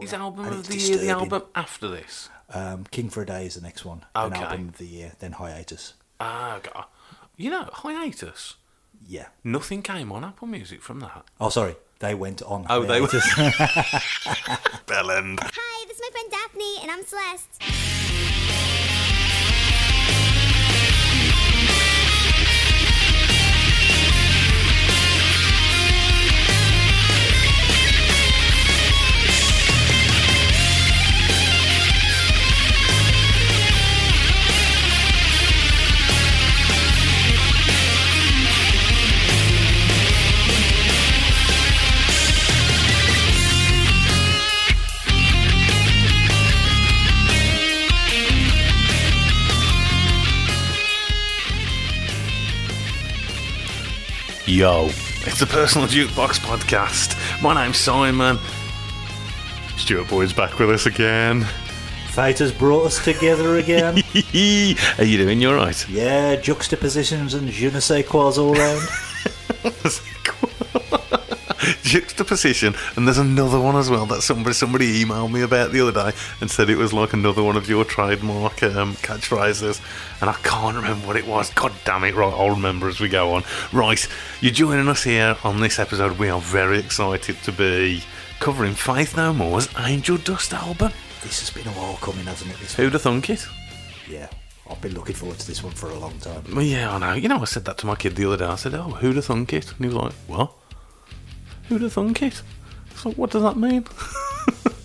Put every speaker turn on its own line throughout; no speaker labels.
His album
And
of
it's
the year,
disturbing.
the album after this.
Um, King for a Day is the next one. An
Okay.
album of the year, then Hiatus.
Ah, God. you know, hiatus.
Yeah.
Nothing came on Apple Music from that.
Oh, sorry. They went on.
Oh, they
hiatus.
Bell end.
Hi, this is my friend Daphne, and I'm Celeste.
Yo, it's the Personal Jukebox Podcast. My name's Simon. Stuart Boyd's back with us again.
Fate has brought us together again.
How you doing? You alright?
yeah, juxtapositions and je ne sais quoi's all round.
Juxtaposition, and there's another one as well that somebody somebody emailed me about the other day and said it was like another one of your trademark um, catchphrases, and I can't remember what it was. God damn it! Right, I'll remember as we go on. Right, you're joining us here on this episode. We are very excited to be covering Faith No More's Angel Dust album.
this has been a while coming, hasn't it? This
Who'd have thunk it?
Yeah. I've been looking forward to this one for a long time.
Well, yeah, I know. You know, I said that to my kid the other day. I said, "Oh, who'd have thunk it?" And he was like, "What? Who'd have thunk it?" It's like, "What does that mean?"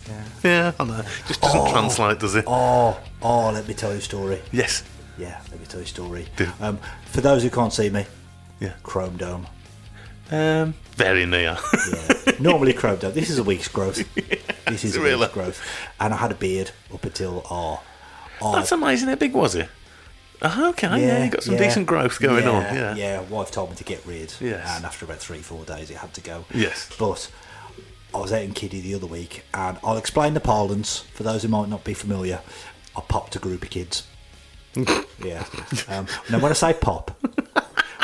yeah. I know. It just doesn't translate, does it?
Oh, oh, let me tell you a story.
Yes.
Yeah, let me tell you a story.
Do.
Um, for those who can't see me,
Yeah.
Chrome Dome.
Um. Very near.
Yeah. Normally Chrome Dome. This is a week's growth. This is a
Really?
week's growth. And I had a beard up until oh, R.
That's amazing. How big was it? Oh, okay. Yeah. you got some
yeah,
decent growth going
yeah,
on. Yeah.
Yeah, wife told me to get rid.
Yes.
And after about three, four days, it had to go.
Yes.
But I was out in Kiddie the other week, and I'll explain the parlance for those who might not be familiar. I popped a group of kids. yeah. Um, now, when I say pop,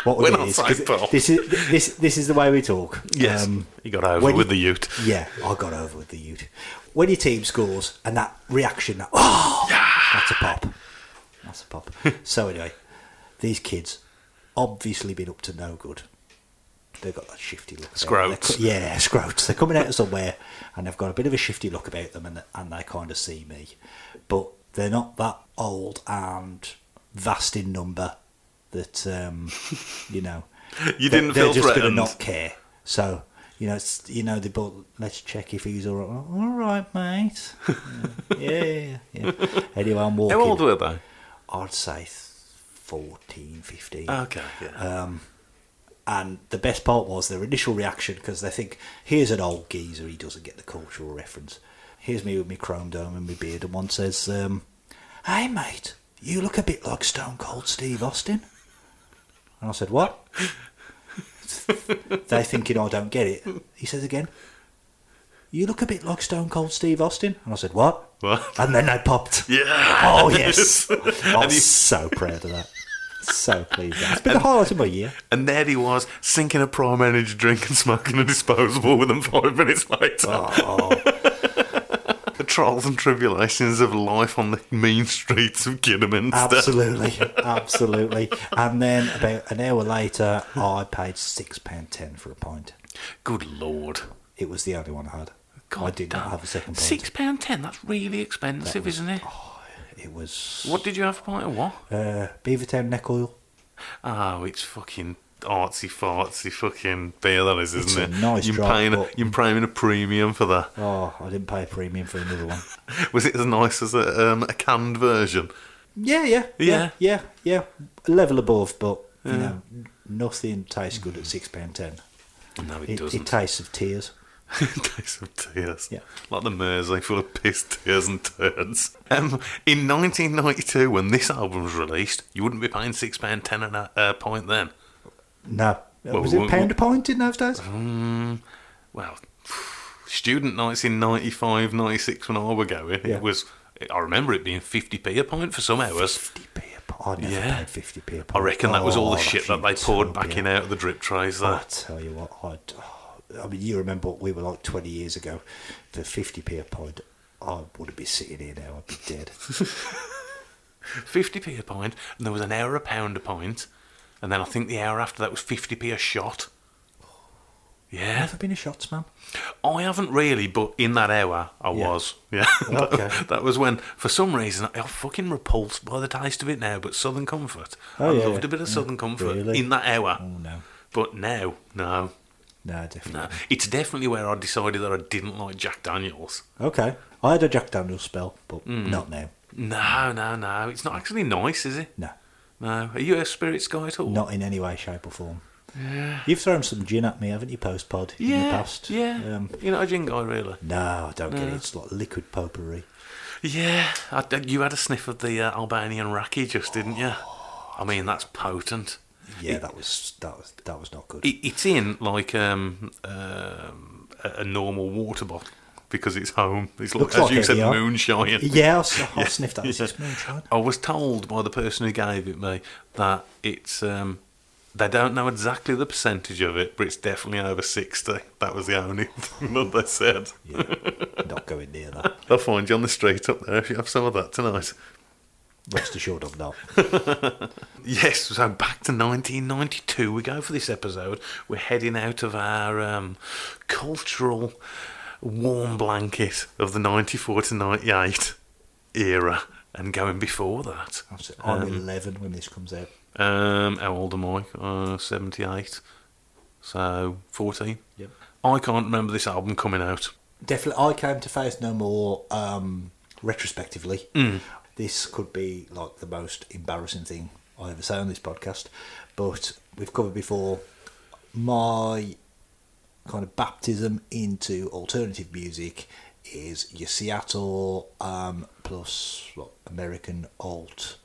what
When
it
I
is-
say
'cause
pop.
this is this this is the way we talk.
Yes.
Um,
you got over
when
with
you-
the ute.
yeah, I got over with the youth. When your team scores and that reaction, that, oh, that's a pop. That's a pop. so anyway, these kids obviously been up to no good. They've got that shifty look. about them.
Scroats.
They're co- Yeah, scroats. They're coming out of somewhere and they've got a bit of a shifty look about them and, and they kind of see me. But they're not that old and vast in number that, um, you know.
You
they-
didn't
they're
feel
just gonna
threatened.
not care. So you know, it's, you know, they bought. Let's check if he's all right. All right, mate. Yeah, yeah, yeah. yeah. Anyway, I'm walking.
How old were they?
I'd say 14, 15.
Okay. Yeah.
And the best part was their initial reaction because they think, here's an old geezer, he doesn't get the cultural reference. Here's me with my chrome dome and my beard, and one says, um, Hey, mate, you look a bit like Stone Cold Steve Austin. And I said, What? they thinking I don't get it. He says again, You look a bit like Stone Cold Steve Austin. And I said, What?
What?
And then they popped.
yeah.
Oh, yes. I
and, he,
was so proud of that. So pleased. It's been the highlight of my year.
and there he was, sinking a prime energy drink and smoking a disposable within five minutes later.
Oh.
the trials and tribulations of life on the mean streets of Kidderminster.
Absolutely, absolutely. And then about an hour later, I paid six pound ten for a pint.
Good lord.
It was the only one I had. I did not have a second pint.
Six pound ten. That's really expensive, isn't it?
It was
What did you have? A pint of what?
uh, Beavertown neck oil.
Oh, it's fucking artsy fartsy fucking beer that is, isn't
It's a
it?
nice
you're
drop,
paying. A,
but-
you're paying a premium for that.
Oh, I didn't pay a premium for another one.
Was it as nice as a, um, a canned version?
Yeah, yeah,
Yeah.
yeah, yeah, yeah. Level above, but you know, nothing tastes good at six pound ten.
No, it,
It, it,
doesn't.
tastes of tears.
Taste of tears.
Yeah.
Like the Mersey full of piss, tears, and turds. Um, in 1992, when this album was released, you wouldn't be paying £6.10 and a uh, pint then.
No,
Well, Uh-huh.
was it
well,
pound a pint in those days?
Well, student nights in 95, 96 when I were going,
Yeah.
it was. I remember it being 50p a pint for some hours.
50p a pint. I never
Yeah.
paid 50p a
I
pint.
reckon that was all
Oh,
the shit that they
that's
poured
utopia.
back in out of the drip trays
I
there.
tell you what, I'd, oh, I mean, you remember what we were like 20 years ago. The 50p a pint, I wouldn't be sitting here now. I'd be dead. Oh.
50p a pint, and there was an hour a pound a pint, and then I think the hour after that was 50p a shot. Yeah,
Ever been a shots man?
I haven't really, but in that hour, I
Yeah.
was. Yeah.
Okay.
that was when, for some reason, I'm fucking repulsed by the taste of it now, but Southern Comfort.
Oh,
I
yeah,
loved
yeah.
a bit of
Yeah,
Southern Comfort
really?
in that hour.
Oh, no.
But now, no.
No, definitely.
No. It's definitely where I decided that I didn't like Jack Daniels.
Okay. I had a Jack Daniels spell, but
Mm.
not now.
No, no, no. It's not actually nice, is it?
No.
No. Are you a spirits guy at all?
Not in any way, shape, or form. Yeah. You've thrown some gin at me, haven't you, post pod?
Yeah.
In the past?
Yeah.
Um,
You're not a gin guy, really.
no, I don't get it. It's like liquid potpourri.
Yeah. I, I- you had a sniff of the uh, Albanian raki, just didn't you? I mean, that's potent.
Yeah, that was that was that was not good.
It, it's in like um, um, a, a normal water bottle because it's home. It's like,
Looks
as
like
you
it,
said,
yeah.
moonshine.
yeah, I, s- I sniffed that. It's just moonshine.
I was told by the person who gave it me that it's um, they don't know exactly the percentage of it, but it's definitely over sixty. That was the only thing that they said.
Yeah, not going near that.
They'll find you on the street up there if you have some of that tonight.
Rest assured, I'm not.
Yes, so back to 1992 we go for this episode. We're heading out of our um, cultural warm blanket of the 94 to 98 era and going before that.
I'm, s am 11 when this comes out.
Um, how old am I? Uh, 78. So, 14.
Yep.
I can't remember this album coming out.
Definitely, I came to Faith No More um, retrospectively. This could be like the most embarrassing thing I ever say on this podcast, but we've covered before my kind of baptism into alternative music is your Seattle um, plus what, American alt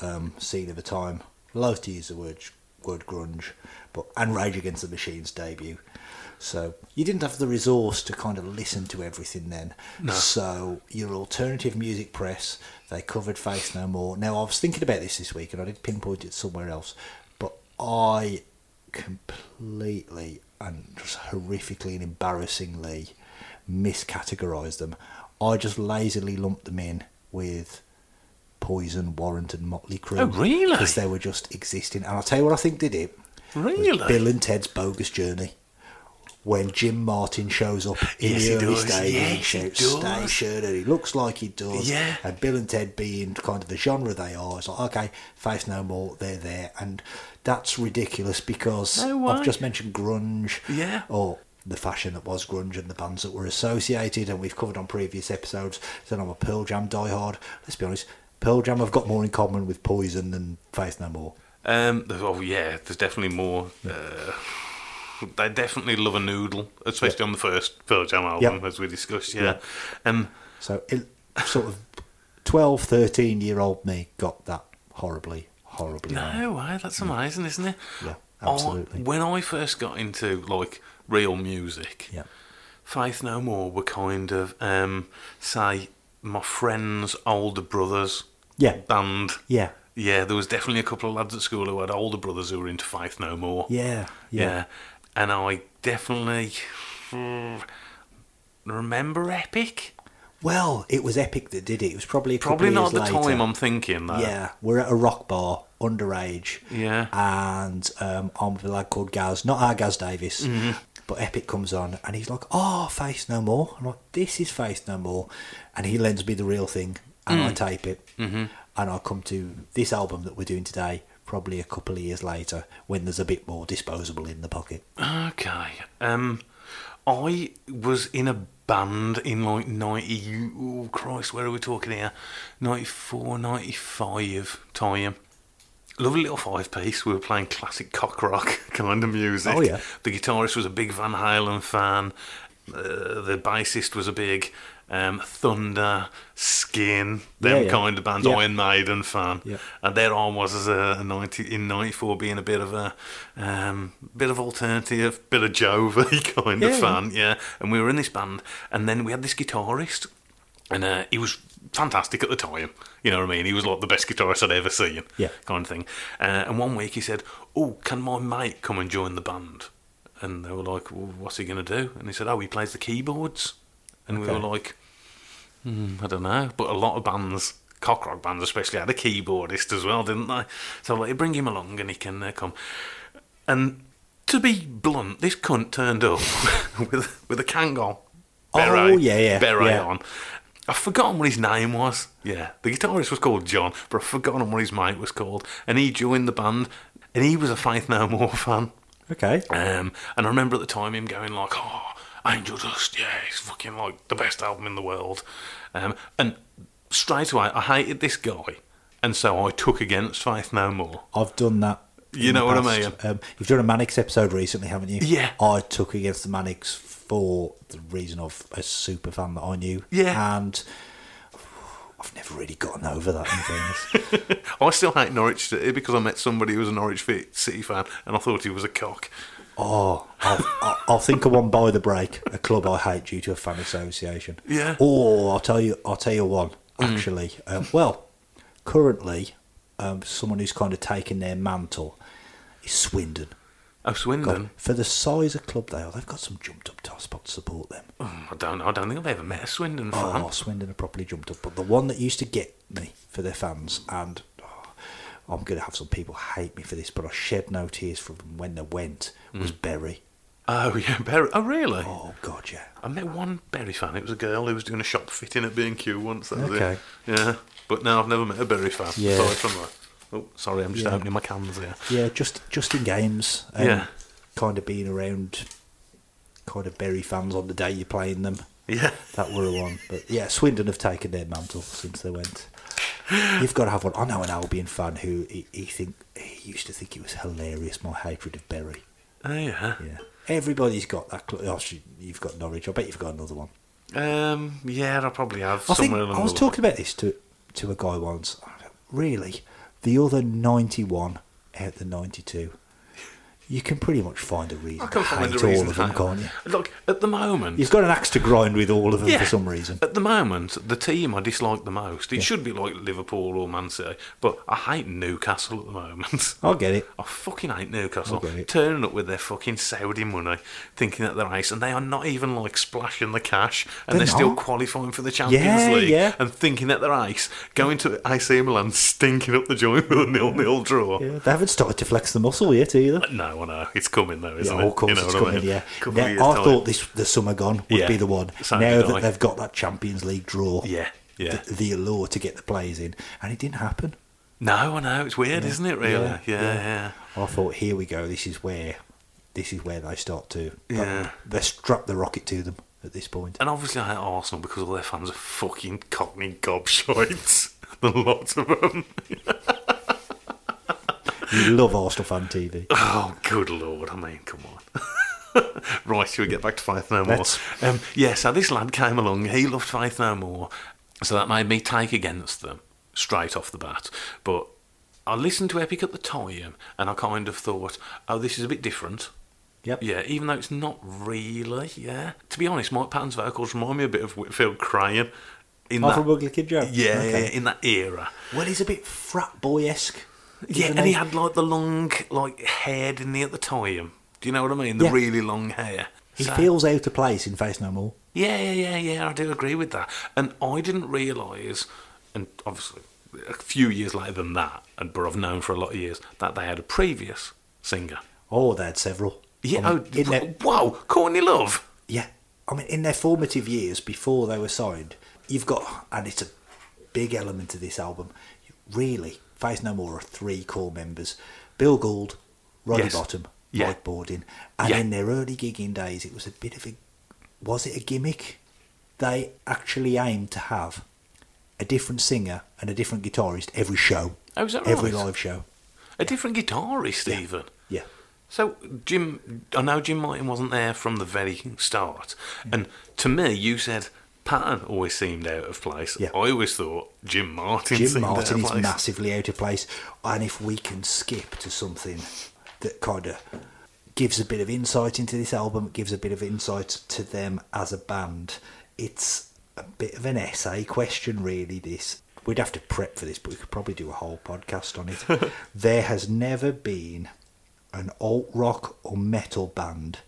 um, scene of the time. Loath to use the word word grunge, but and Rage Against the Machine's debut. So you didn't have the resource to kind of listen to everything then. So your alternative music press they covered Faith No More. Now I was thinking about this this week and I did pinpoint it somewhere else, but I completely and just horrifically and embarrassingly miscategorised them. I just lazily lumped them in with Poison, Warrant, and Motley Crue.
Oh, really?
Because they were just existing. And I'll tell you what I think did it. was
Really?
Bill and Ted's Bogus Journey. When Jim Martin shows up in
Yes,
the
he
early
does.
stages and
Yes, he
shouts
does.
station and he looks like he does.
Yeah.
And Bill and Ted being kind of the genre they are, it's like, okay, Faith No More, they're there. And that's ridiculous because
No
I've
way.
just mentioned grunge.
Yeah.
Or the fashion that was grunge and the bands that were associated, and we've covered on previous episodes. Then I'm a Pearl Jam diehard. Let's be honest, Pearl Jam have got more in common with Poison than Faith No More.
Um, there's- oh yeah, there's definitely more. Uh, they definitely love a noodle, especially on the first Pearl Jam album,
Yep.
as we discussed. Yeah, um,
So it sort of 12, 13 year old me got that horribly, horribly. wrong.
no way, that's amazing, isn't it?
Mm. Yeah,
I-
absolutely.
when I first got into like real music,
Yeah.
Faith No More were kind of um, say my friend's older brothers.
Yeah.
band.
Yeah.
Yeah, there was definitely a couple of lads at school who had older brothers who were into Faith No More.
Yeah.
Yeah.
Yeah.
And I definitely mm, remember Epic.
Well, it was Epic that did it. It was probably a couple
Probably
of
not at the
years later.
time I'm thinking that.
Yeah, we're at a rock bar, underage.
Yeah.
And um, I'm with a lad called Gaz, not our Gaz Davis. But Epic comes on and he's like, oh, Face No More. I'm like, this is Face No More. And he lends me the real thing and I tape it. Mm-hmm. And I come to this album that we're doing today, probably a couple of years later, when there's a bit more disposable in the pocket.
Okay. Um, I was in a band in like 90. Oh, Christ, where are we talking here? 94, 95 time. Lovely little five piece. We were playing classic cock rock kind of music.
Oh, yeah.
The guitarist was a big Van Halen fan. Uh, the bassist was a big um, Thunder, Skin, them
Yeah, yeah.
kind of bands,
Yeah.
Iron Maiden fan.
Yeah.
And there I was as a, a 90, in 94 being a bit of a um, bit of alternative, bit of Jovi kind
Yeah,
of
yeah.
fan, yeah. And we were in this band, and then we had this guitarist, and uh, he was fantastic at the time. You know what I mean? He was like the best guitarist I'd ever seen,
Yeah.
kind of thing. Uh, and one week he said, "Oh, can my mate come and join the band?" and they were like, well, "What's he going to do?" And he said, "Oh, he plays the keyboards." And we
Okay.
were like, hmm, "I don't know," but a lot of bands, cock rock bands especially, had a keyboardist as well, didn't they? So like, bring him along, and he can uh, come. And Um, to be blunt, this cunt turned up with with a Kangol
Oh,
beret,
yeah, yeah,
beret
yeah.
on. I've forgotten what his name was. Yeah, the guitarist was called John, but I've forgotten what his mate was called. And he joined the band, and he was a Faith No More fan.
Okay.
Um, and I remember at the time him going like, "Oh, Angel Dust, yeah, it's fucking like the best album in the world." Um, and straight away, I hated this guy, and so I took against Faith No More.
I've done that.
You
in
know
the
what I
past.
mean.
Um, you've done a Manics episode recently, haven't you?
Yeah.
I took against the Manics for the reason of a super fan that I knew.
Yeah.
And I've never really gotten over that, in fairness.
I still hate Norwich City because I met somebody who was a Norwich Fi- City fan, and I thought he was a cock.
oh, I'll, I'll- I'll think of one by the break, a club I hate due to a fan association.
Yeah. Hmm.
Or I'll tell you, I'll tell you one actually. Um, well, currently, um, someone who's kind of taken their mantle is Swindon.
Oh,
God,
Swindon.
for the size of club they are, they've got some jumped up top spot to support them.
Oh, I don't. know. I don't think I've ever met a Swindon fan.
Oh, Swindon are properly jumped up. But the one that used to get me for their fans, and oh, I'm going to have some people hate me for this, but I shed no tears from them when they went, was Berry.
Oh yeah, Berry. Oh really?
Oh, God, yeah.
I met one Berry fan. It was a girl who was doing a shop fitting at B and Q once. That was
Okay.
It. Yeah, but now I've never met a Berry fan.
Yeah.
Aside from that. Oh, sorry, I'm just
Yeah.
opening my cans here.
Yeah, just, just in games.
Yeah.
Kind of being around kind of Berry fans on the day you're playing them.
Yeah.
That were a one. But yeah, Swindon have taken their mantle since they went. You've got to have one. I know an Albion fan who he, he think he used to think it was hilarious my hatred of Berry.
Oh yeah.
Yeah, everybody's got that. Cl- oh, sh- you've got Norwich. I bet you've got another one.
Um. Yeah, I probably have.
I think
somewhere along
I was
the
talking about this to to a guy once. I don't- Really, the other ninety-one out the ninety-two, you can pretty much find a reason.
I can't
to
find a
hate
reason.
all of
to
them,
hate
can't you?
Look, at the moment,
You've got an axe to grind with all of them
Yeah.
for some reason.
At the moment, the team I dislike the most, it should be like Liverpool or Man City, but I hate Newcastle at the moment.
I'll get it.
I fucking hate Newcastle.
Okay.
Turning up with their fucking Saudi money, thinking that they're ace, and they are not even like splashing the cash, and
They're
they're, still
not.
qualifying for the Champions
Yeah,
League,
yeah.
and thinking that they're ace, going to AC Milan, stinking up the joint with a nil-nil draw.
Yeah, they haven't started to flex the muscle yet either.
No, I know it's coming though, isn't
Yeah,
it?
of course
You know
it's
what I
coming.
mean?
Yeah,
Couple
now,
of
I
years time.
thought this the summer gone would
Yeah.
be the one.
So
now
did I.
that they've got that Champions League draw,
Yeah, yeah.
The, the allure to get the players in, and it didn't happen.
No, I know it's weird, isn't it? Really?
yeah,
Yeah, yeah. yeah.
I thought, here we go. This is where, this is where they start to. but
Yeah.
They strap the rocket to them at this point.
And obviously, I hate Arsenal because all their fans are fucking cockney gobshites. the lot of them.
You love Arsenal fan TV.
Oh, good lord! I mean, come on. right, shall we get back to Faith No More?
Let's.
Um, yeah, so this lad came along. He loved Faith No More, so that made me take against them straight off the bat. But I listened to Epic at the time, and I kind of thought, oh, this is a bit different.
Yep.
Yeah, even though it's not really. Yeah. To be honest, Mike Patton's vocals remind me a bit of Whitfield Crane. In
Oh,
that,
from Ugly Kid Joe.
yeah,
Okay.
yeah, in that era.
Well, he's a bit frat boy esque.
Yeah, and he had like the long like hair, didn't he, at the time? Do you know what I mean? The
Yeah.
really long hair.
He
So-
feels out of place in Face No More.
Yeah, yeah, yeah, yeah. I do agree with that. And I didn't realise, and obviously a few years later than that, and but I've known for a lot of years that they had a previous singer.
Oh, they had several.
Yeah.
I mean,
oh,
in their-
wow, Courtney Love.
Yeah. I mean, in their formative years before they were signed, you've got, and it's a big element of this album, really, Faith No More are three core members Bill Gould, Ronnie
Yes.
Bottom,
Yeah.
Mike Bordin. And
Yeah.
in their early gigging days, it was a bit of a, was it a gimmick? They actually aimed to have a different singer and a different guitarist every show.
Oh, is that
Every
right?
live show.
A different guitarist, even.
Yeah.
So Jim, I know Jim Martin wasn't there from the very start, and to me, you said Patton always seemed out of place.
Yeah.
I always thought Jim Martin.
Jim
seemed
Martin
out of
is
place.
massively out of place. And if we can skip to something that kind of gives a bit of insight into this album, gives a bit of insight to them as a band, it's a bit of an essay question, really. This we'd have to prep for this, but we could probably do a whole podcast on it. there has never been an alt rock or metal band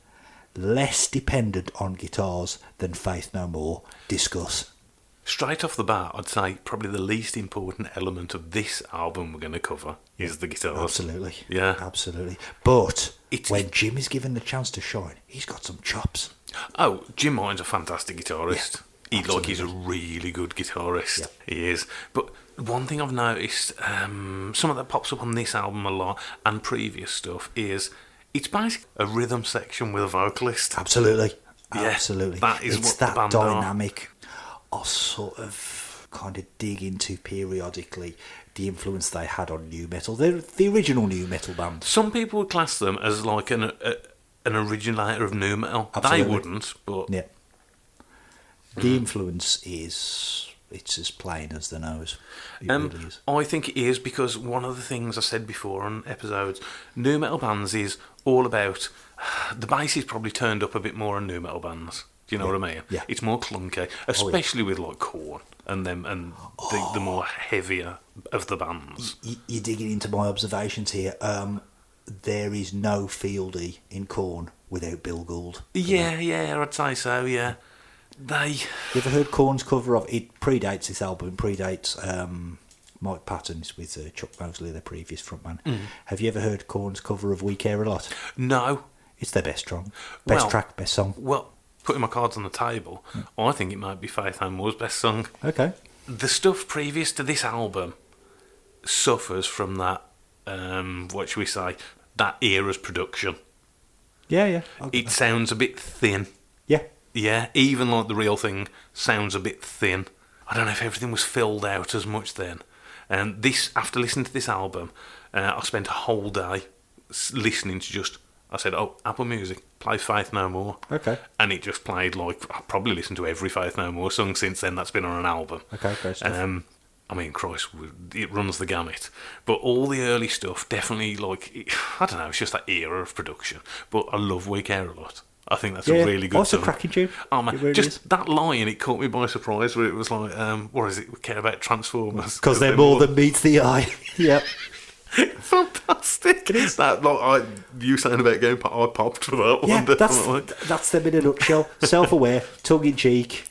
less dependent on guitars than Faith No More? Discuss.
Straight off the bat, I'd say probably the least important element of this album we're going to cover is the guitars.
Absolutely.
Yeah.
Absolutely. But
It's-
when Jim is given the chance to shine, he's got some chops.
Oh, Jim Mine's a fantastic guitarist.
Yeah,
he like he's a really good guitarist.
Yeah.
He is. But one thing I've noticed, um, some of that pops up on this album a lot and previous stuff is it's basically a rhythm section with a vocalist.
Absolutely.
Yeah,
Absolutely.
that is
it's
what the
that
band are.
dynamic. I sort of kind of dig into periodically the influence they had on new metal. They're the original new metal band.
Some people would class them as like an a, an originator of new metal. They
Absolutely.
wouldn't, but
Yeah. The
Mm.
influence is it's as plain as the nose. It really
Um,
is.
I think it is because one of the things I said before on episodes, new metal bands is all about the bass is probably turned up a bit more on new metal bands. Do you know what I mean?
yeah.
It's more clunky, especially with like Corn and them and the,
Oh.
the more heavier of the bands.
Y- You're digging into my observations here. Um, there is no Fieldy in Corn without Bill Gould.
Yeah, yeah, I'd say so. Yeah, they.
You ever heard Corn's cover of it? Predates this album. Predates um, Mike Patton's with uh, Chuck Mosley, their previous frontman. Have you ever heard Corn's cover of "We Care a Lot"?
No,
It's their best song, best
Well-
track, best song.
well, putting my cards on the table,
Hmm.
I think it might be Faith and Moore's best song.
Okay,
the stuff previous to this album suffers from that um what should we say that era's production
yeah, yeah, I'll give
it
that.
sounds a bit thin
yeah.
yeah even like the real thing sounds a bit thin i don't know if everything was filled out as much then and this after listening to this album uh, i spent a whole day s- listening to just i said oh apple music play faith no more
Okay.
and it just played like i probably listened to every faith no more song since then that's been on an album
Okay, great stuff.
um, I mean, Christ, w- it runs the gamut. But all the early stuff, definitely, like, it- I don't know, it's just that era of production. But I love We Care a lot. I think that's
Yeah,
a really good
oh, it's a
song.
cracking tune.
Oh, man,
It really
just
is.
that line, it caught me by surprise where it was like, um, what is it? We care about Transformers.
Because they're more than meets the eye. yep.
Fantastic. It is. That, like, I, you saying about Game Pop, I popped for that
Yeah,
one.
that's
definitely.
that's them in a nutshell. Self-aware, tongue in cheek.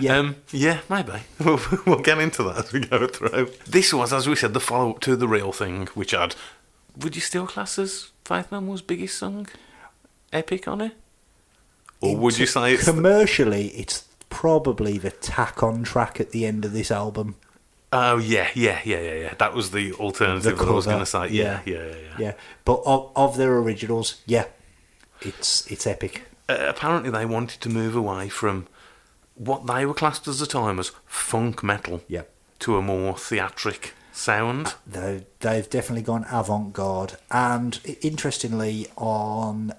Yeah.
Um, yeah, maybe. We'll, we'll get into that as we go through. This was, as we said, the follow up to The Real Thing, which had, would you still class as Faith No More's biggest song? Epic on it? Or would you say it's.
commercially? It's probably the tack on track at the end of this album.
oh, yeah, yeah, yeah, yeah, yeah. That was the alternative that I was
cover,
going to say. Yeah, yeah, yeah. yeah.
yeah. But of, of their originals, yeah, it's it's epic.
Uh, apparently, they wanted to move away from what they were classed as the time as funk metal
Yeah.
to a more theatric sound.
They they've definitely gone avant garde, and i- interestingly, on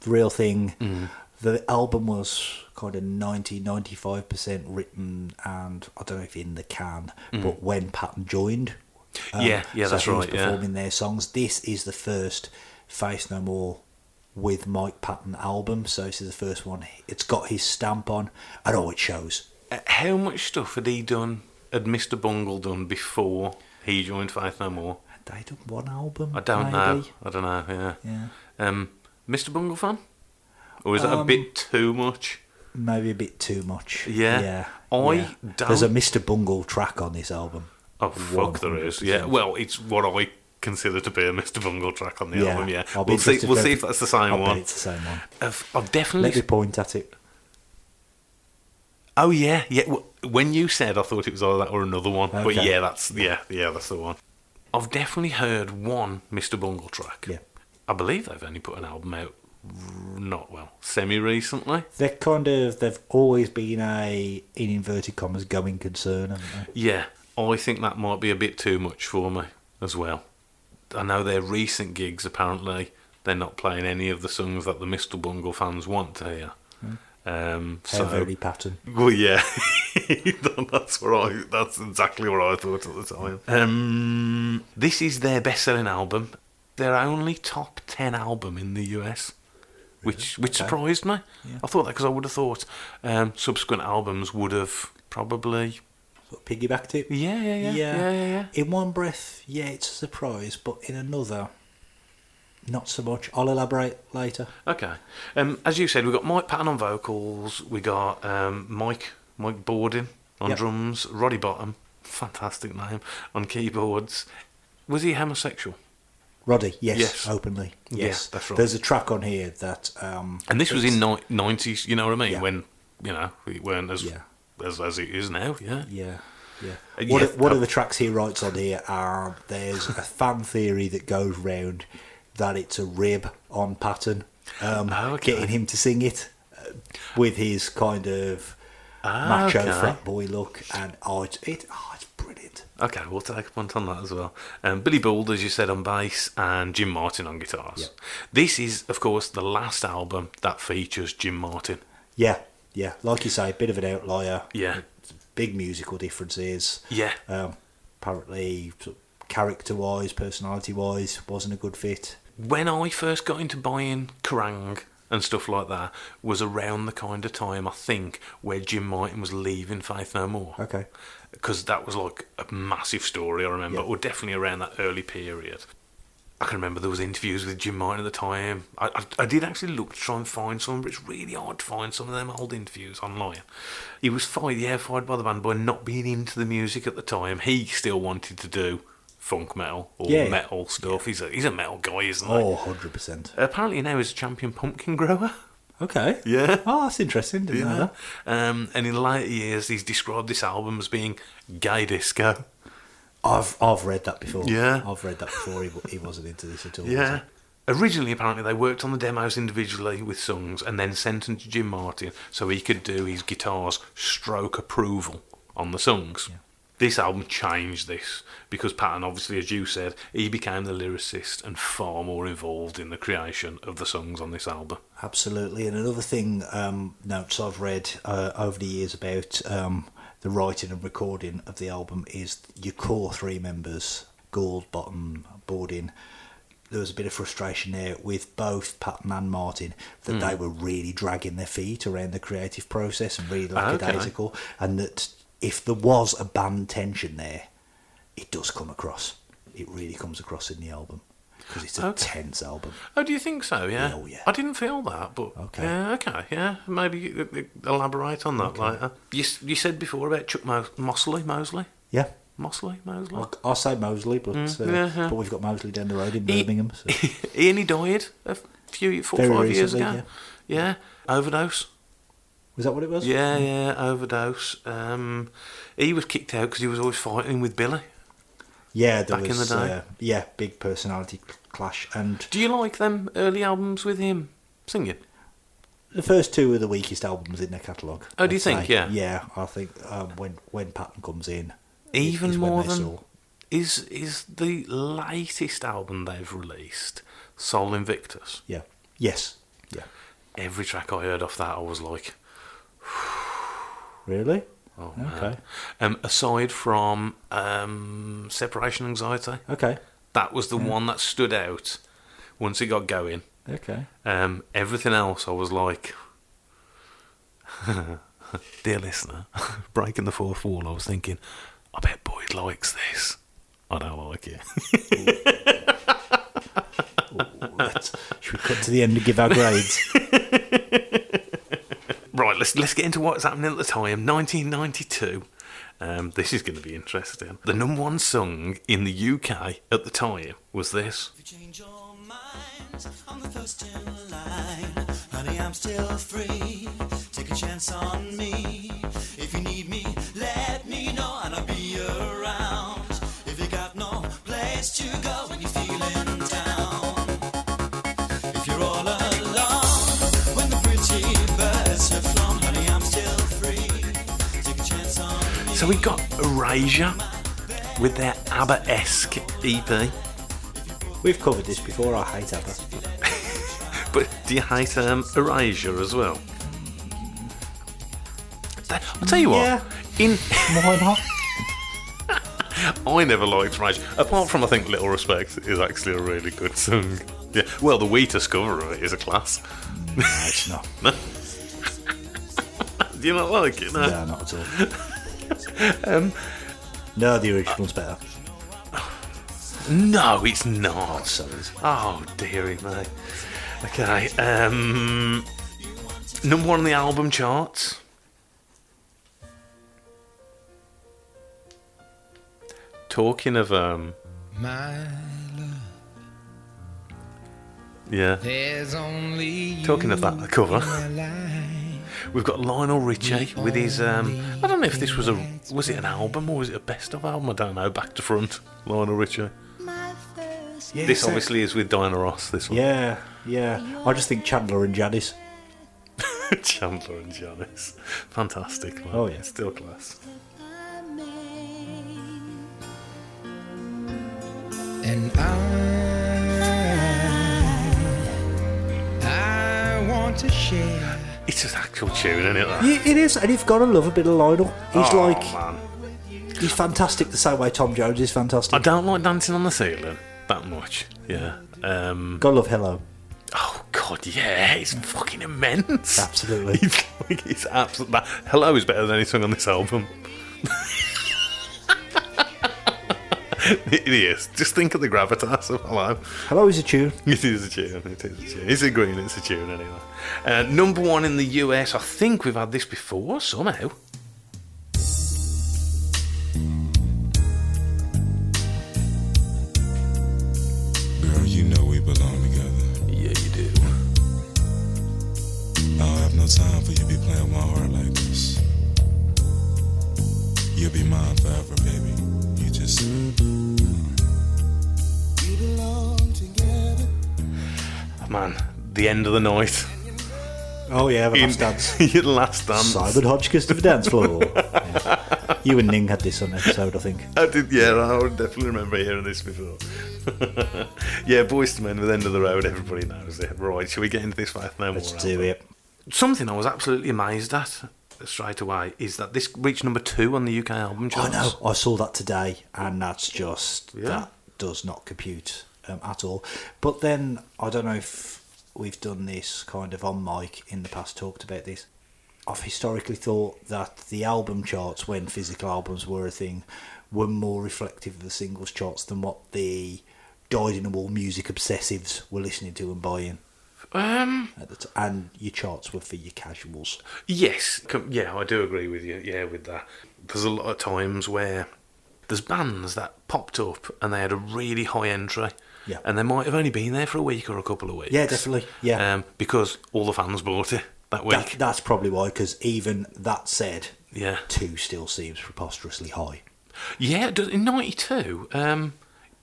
the real thing,
Mm.
the album was kind of 90 95 percent written, and I don't know if in the can, but when Patton joined,
Mm.
um,
Yeah, yeah,
so
that's
he was
right, yeah.
Performing their songs, this is the first Face No More with Mike Patton album, so this is the first one. It's got his stamp on, and oh, it shows.
Uh, how much stuff had he done, had Mr. Bungle done before he joined Faith No More?
They done one album.
I don't
maybe?
know. I don't know, yeah.
Yeah.
Um, Mr. Bungle fan? Or is that a
Um,
bit too much?
Maybe a bit too much.
Yeah.
Yeah.
I
yeah.
don't-
There's a Mr. Bungle track on this album.
Oh, fuck, there is. Yeah,
100%.
well, it's what I consider to be a Mr. Bungle track on the album, yeah.
I'll be
We'll see,
interested
we'll
if-
see if that's the same
I'll bet
one.
it's the same one.
I've, I've definitely.
Let me point at it.
Oh, yeah, yeah. w- When you said, I thought it was either that or another one. But
Okay.
yeah, that's yeah, yeah, that's the one. I've definitely heard one Mr. Bungle track.
Yeah.
I believe they've only put an album out, r- not well, semi recently.
They're kind of they've always been a in inverted commas going concern, haven't they?
Yeah, I think that might be a bit too much for me as well. I know their recent gigs apparently they're not playing any of the songs that the Mr. Bungle fans want to hear.
Hmm.
Um,
They're
so
very pattern.
well, yeah, that's what I. That's exactly what I thought at the time. Um, this is their best-selling album, their only top ten album in the US, which which
Okay.
surprised me.
Yeah.
I thought that because I would have thought um, subsequent albums would have probably
Sort of piggybacked it.
yeah yeah yeah yeah yeah. yeah.
In one breath, yeah, it's a surprise, but in another, Not so much. I'll elaborate later.
Okay. Um, as you said, we've got Mike Patton on vocals. We got um, Mike Mike Borden on
Yep.
drums. Roddy Bottom, fantastic name, on keyboards. Was he homosexual?
Roddy, yes,
Yes.
openly.
Yeah,
Yes,
that's right.
There's a track on here that. Um,
And this was
it's-
in nineties. You know what I mean?
Yeah.
When you know it weren't as
Yeah.
as as it is now. Yeah.
Yeah, yeah.
Uh,
One,
yeah,
of, one
uh,
of the tracks he writes on here are there's a fan theory that goes round that it's a rib on Patton, um,
Oh, okay.
getting him to sing it uh, with his kind of
Ah,
macho
okay.
frat boy look, and oh, it's, it, oh, it's brilliant.
Okay, we'll take a point on that as well. Um, Billy Bald, as you said, on bass, and Jim Martin on guitars.
Yep.
This is, of course, the last album that features Jim Martin.
Yeah, yeah. Like you say, a bit of an outlier.
Yeah.
Big musical differences.
Yeah.
Um, apparently, sort of character-wise, personality-wise, wasn't a good fit.
when I first got into buying Kerrang and stuff like that was around the kind of time I think where Jim Martin was leaving Faith No More.
Okay.
Because that was like a massive story, I remember,
Yeah.
or definitely around that early period. I can remember there was interviews with Jim Martin at the time. I, I, I did actually look to try and find some, but it's really hard to find some of them old interviews online. He was fired, yeah, fired by the band by not being into the music at the time. He still wanted to do funk metal or
Yeah, yeah.
metal stuff. He's a he's a metal guy, isn't he?
Oh, 100%.
Apparently now he's a champion pumpkin grower.
Okay.
Yeah.
Oh, that's interesting. Didn't know that.
Um, and in later years, he's described this album as being gay disco.
I've I've read that before.
Yeah.
I've read that before. He, w- he wasn't into this at all. was
Yeah. Originally, apparently, they worked on the demos individually with songs and then sent them to Jim Martin so he could do his guitar's stroke approval on the songs. This album changed this because Patton, obviously, as you said, he became the lyricist and far more involved in the creation of the songs on this album.
he? Absolutely. And another thing, um, notes I've read uh, over the years about um, the writing and recording of the album is your core three members: Gould, Bottom, Boarding. There was a bit of frustration there with both Patton and Martin that they
Hmm.
were really dragging their feet around the creative process and really
Ah, okay.
lackadaisical, and that if there was a band tension there, it does come across. It really comes across in the album because it's a
Okay.
tense album.
Oh, do you think so? Yeah.
Oh, yeah.
I didn't feel that, but
Okay.
yeah, okay, yeah. Maybe uh, uh, elaborate on that later. You s- you said before about Chuck Mo- Mosley, Mosley,
Yeah.
Mosley, Mosley.
I'll, I'll say Mosley, but uh,
yeah, yeah.
but we've got Mosley down the road in
Mm-hmm. Uh-huh. He-
Birmingham. So.
he only died a few four
Very
five years
recently,
ago. Yeah. overdose.
Was that what it was?
Yeah, yeah, overdose. Um, he was kicked out because he was always fighting with Billy.
yeah. There
Back in
was,
the day.
Uh, yeah, big personality cl- clash, and
Do you like them early albums with him singing?
the first two are the weakest albums in their catalogue.
Oh, do you
I'd
think?
say.
Yeah.
Yeah, I think um, when when Patton comes in, i-
even
is when
more
they
than
saw-
is is the latest album they've released, Soul Invictus.
yeah, yes, yeah,
Every track I heard off that, I was like,
really,
oh man.
Okay.
Um, aside from um, Separation Anxiety,
okay,
that was the one that stood out. Once it got going,
okay.
um, everything else, I was like. Dear listener, breaking the fourth wall, I was thinking, I bet Boyd likes this. I don't like it.
Let's- Should we cut to the end and give our grades?
Right, let's let's get into what's happening at the time. 1992. Um, this is going to be interesting. The number one song in the UK at the time was this.
If you change your mind, I'm the first in line. Honey, I'm still free. Take a chance on me. If you need me, let me know and I'll be around. If you got no place to go when you're feeling down. If you're all alone, when the pretty birds have flown, honey, I'm still free. Take a chance on me.
So we got Erasure with their E ABBA esque EP.
We've covered this before. I hate ABBA.
But do you hate um, Erasure as well? Th- I'll tell you what.
Yeah.
In
Why not?
I never liked Rage. Apart from, I think, Little Respect is actually a really good song. Yeah. Well, the We Discover it is a class.
No, it's not.
Do you not like it? No.
No, not at all. um, no, the original's better.
No, it's not.
So it's-
Oh, dearie me. Okay, um, number one on the album charts. Talking of, um,
My love,
yeah,
there's only you
talking of that cover.
in my life.
We've got Lionel Richie with his. Um, I don't know if this was a was it an album or was it a best of album? I don't know. Back to front, Lionel Richie.
Yeah,
this
so-
obviously is with Diana Ross. This one,
Yeah, yeah. I just think Chandler and Janice.
Chandler and Janice. Fantastic. Man.
Oh, yeah.
still class.
And I, I want to share.
It's just actual tune, isn't it? that?
Yeah, it is, and you've got to love a bit of Lionel. He's
Oh,
like
man.
he's fantastic the same way Tom Jones is
I
fantastic.
don't like dancing on the ceiling that much. Yeah. Um,
Gotta love Hello.
oh God, yeah, it's fucking immense.
Absolutely.
It's like it's absolute. That, Hello is better than anything on this album. it is. Just think of the gravitas of Hello.
Hello is a tune.
It is a tune. It is a tune. It's a green. It's a tune anyway. Uh, number one in the US. I think we've had this before somehow.
Girl, you know we belong together.
Yeah, you do.
I don't have no time for you be playing with my heart like this. You'll be mine forever, baby. You just
Man, the end of the night.
Oh yeah, the
In- Um,
last dance.
Your last dance.
Simon Hodgkiss to the dance floor. Yeah. You and Ning had this on episode, I think.
I did, yeah, I would definitely remember hearing this before. yeah, Boys to Men with End of the Road, everybody knows it. Right, shall we get into this fight no
Let's
more?
do it.
Something I was absolutely amazed at straight away is that this reached number two on the UK album
I
charts.
know. I saw that today, and that's just
Yeah.
that does not compute um, at all. But then I don't know if we've done this kind of on mic in the past, talked about this. I've historically thought that the album charts, when physical albums were a thing, were more reflective of the singles charts than what the died in the wall music obsessives were listening to and buying.
Um,
At the t- and your charts were for your casuals.
yes, com- yeah, I do agree with you. Yeah, with that. There's a lot of times where there's bands that popped up and they had a really high entry.
Yeah.
And they might have only been there for a week or a couple of weeks.
Yeah, definitely. Yeah.
Um, because all the fans bought it that week.
That, that's probably why, because even that said,
Yeah.
two still seems preposterously high.
Yeah, it does- in '92, um,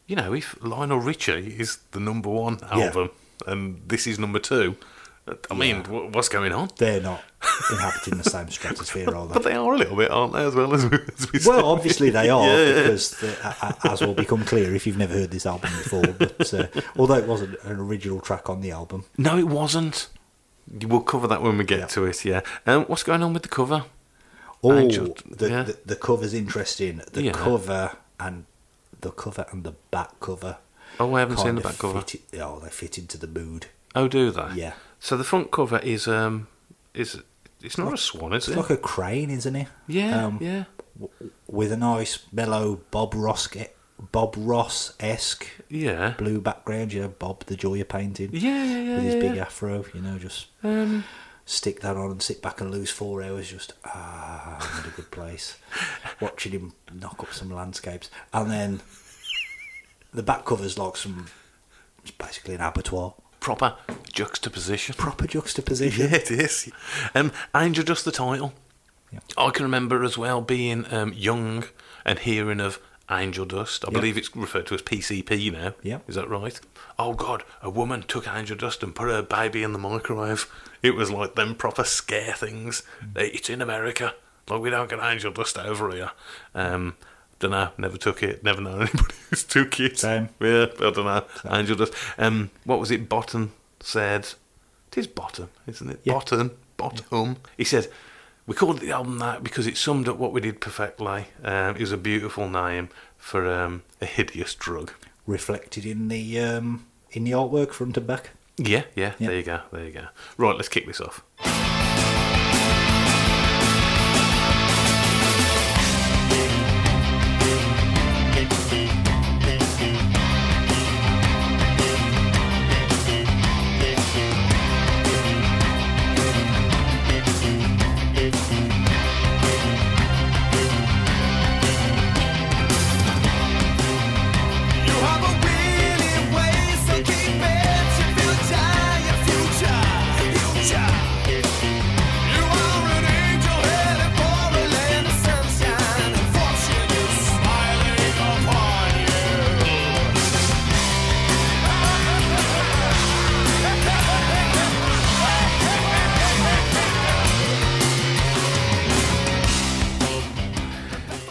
you know, if Lionel Richie is the number one
Yeah.
album and this is number two, uh, I mean, wh- what's going on?
They're not inhabiting the same stratosphere, are
But
they?
they are a little bit, aren't they, as well as we, as we
Well,
said?
obviously they are,
Yeah, yeah.
because the, a- a- as will become clear if you've never heard this album before. But uh, although it wasn't an original track on the album,
No, it wasn't. We'll cover that when we get
Yeah.
to it. Yeah. Um, what's going on with the cover?
oh,
Angel-
the,
yeah.
the the cover's interesting. The
Yeah.
cover and the cover and the back cover.
Oh, I haven't seen the
kind of
back cover.
fit i- oh, they fit into the mood.
Oh, do they?
Yeah.
So the front cover is um is it's not a swan, is
It's
it?
like a crane, isn't it?
yeah,
Um,
yeah.
w- with a nice mellow Bob Ross e, Bob Ross esque
Yeah.
blue background. You know, Bob the joy of painting.
Yeah, yeah, yeah,
With his
yeah,
big
yeah.
afro, you know, just
Um,
stick that on and sit back and lose four hours. Just ah, I'm in a good place. Watching him knock up some landscapes, and then the back covers like some. It's basically an abattoir.
proper juxtaposition.
Proper juxtaposition.
Yeah, it is. Um, Angel Dust the title.
Yeah.
I can remember as well being um, young and hearing of Angel Dust. I
Yeah.
believe it's referred to as PCP now.
Yeah.
Is that right? Oh, God, a woman took Angel Dust and put her baby in the microwave. It was like them proper scare things.
Mm.
They- It's in America. Like, we don't get Angel Dust over here. Um, don't know. Never took it. Never known anybody who's took it.
Same.
Yeah, I don't know. Angel Dust. Um, what was it? Bottom said. It is bottom, isn't it?
Yeah.
Bottom, bottom. He said, "We called the album that because it summed up what we did perfectly. Um, it was a beautiful name for um, a hideous drug."
Reflected in the um, in the artwork front and back.
Yeah, yeah,
Yeah.
There you go. There you go. Right, let's kick this off.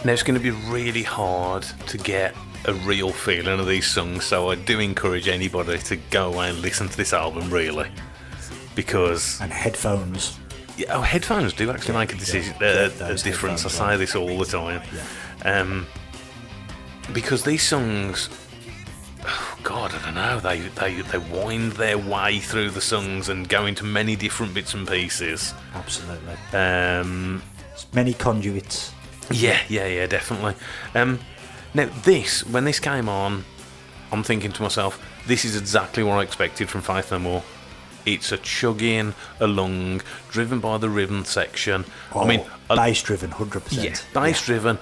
Now it's going to be really hard to get a real feeling of these songs, so I do encourage anybody to go away and listen to this album really, because
and headphones.
yeah, oh, headphones do actually make a decision,
yeah.
uh,
Yeah,
a
those
difference. I
headphones,
say
yeah.
this all the time, um, because these songs, oh God, I don't know, they they they wind their way through the songs and go into many different bits and pieces.
Absolutely.
Um,
Many conduits.
yeah, yeah, yeah, definitely. Um, now, this, when this came on, I'm thinking to myself, this is exactly what I expected from Faith No More. It's a chugging along, driven by the rhythm section.
Oh,
I mean, a-
bass driven, hundred
yeah,
percent.
bass driven.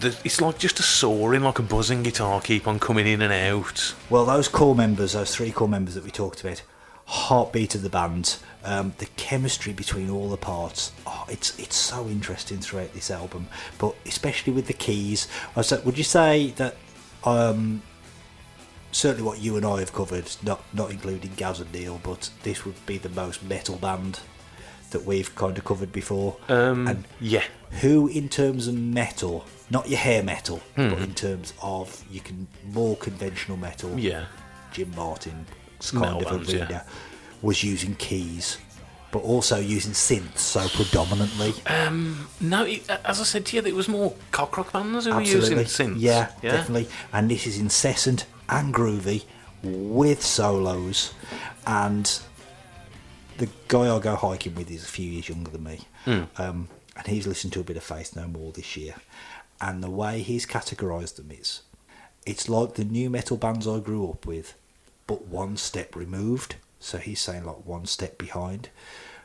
The, it's like just a soaring, like a buzzing guitar, keep on coming in and out.
Well, those core members, those three core members that we talked about, heartbeat of the band, um, the chemistry between all the parts. Oh, it's it's so interesting throughout this album, but especially with the keys. I was like, would you say that? Um, certainly, what you and I have covered, not not including Gaz and Neil, but this would be the most metal band that we've kind of covered before.
Um,
and
yeah,
who in terms of metal not your hair metal
Hmm.
but in terms of you can more conventional metal
yeah.
jim martin
Metal
kind of
bands, yeah.
arena was using keys but also using synths so predominantly
No, it, as I said to you, it was more cock rock bands who were
absolutely
using synths.
yeah, definitely and this is incessant and groovy with solos and the guy i go hiking with is a few years younger than me um, and he's listened to a bit of faith no more this year and the way he's categorised them is it's like the new metal bands i grew up with but one step removed so he's saying like one step behind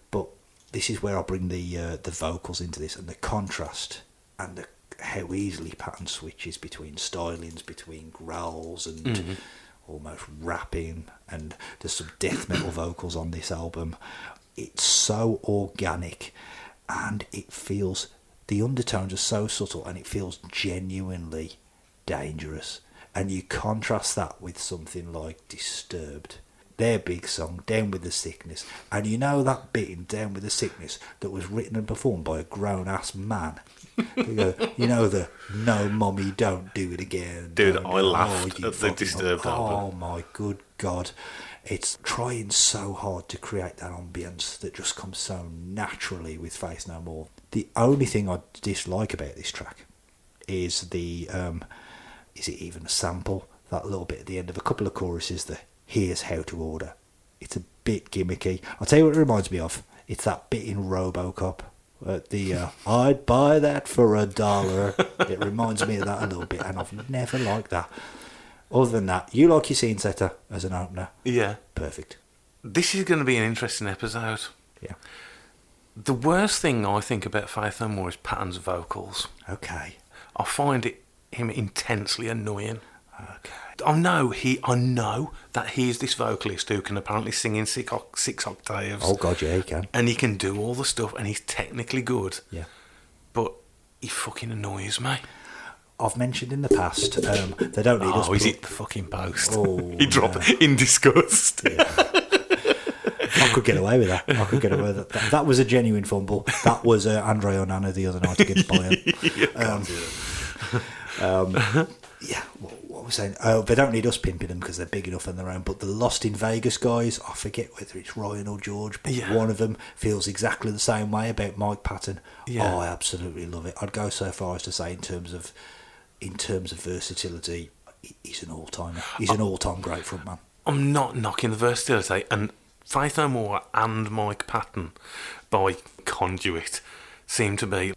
but this is where i bring the uh, the vocals into this and the contrast and the how easily pattern switches between stylings between growls and almost rapping and there's some death metal vocals on this album it's so organic and it feels the undertones are so subtle and it feels genuinely dangerous and you contrast that with something like disturbed their big song down with the sickness and you know that bit in down with the sickness that was written and performed by a grown-ass man you know, you know the no mommy don't do it again
Dude,
don't
I
do it. Oh,
laughed
you
at the
fucking-
Disturbed
oh
album.
Oh my good God. It's trying so hard to create that ambience that just comes so naturally with Faith No More. The only thing I dislike about this track is the um, is it even a sample? That little bit at the end of a couple of choruses the here's how to order. It's a bit gimmicky. I'll tell you what it reminds me of. It's that bit in Robocop. At the uh, I'd buy that for a dollar. It reminds me of that a little bit, and I've never liked that. Other than that, you like your scene setter as an opener.
Yeah.
Perfect.
This is going to be an interesting episode.
Yeah.
The worst thing I think about Faith No More is Patton's vocals.
Okay.
I find it him intensely annoying.
Okay.
I know he. I know that he is this vocalist who can apparently sing in six, oc- six octaves,
Oh god, yeah, you can.
and he can do all the stuff, and he's technically good.
Yeah.
but he fucking annoys me.
I've mentioned in the past um, they don't need us.
oh, he's
but-
hit the fucking post.
Oh,
he dropped in disgust.
I could get away with that. I could get away with that. That, that was a genuine fumble. That was uh, Andre Onana the other night against Bayern. um, um, yeah, what, what was I saying? Oh, they don't need us pimping them because they're big enough on their own. But the Lost in Vegas guys, I forget whether it's Ryan or George, but
Yeah.
one of them feels exactly the same way about Mike Patton.
Yeah.
Oh, I absolutely love it. I'd go so far as to say, in terms of, in terms of versatility, he- he's an all timer. He's an all time great front man.
I'm not knocking the versatility, and Faith No More and Mike Patton, by conduit, seem to be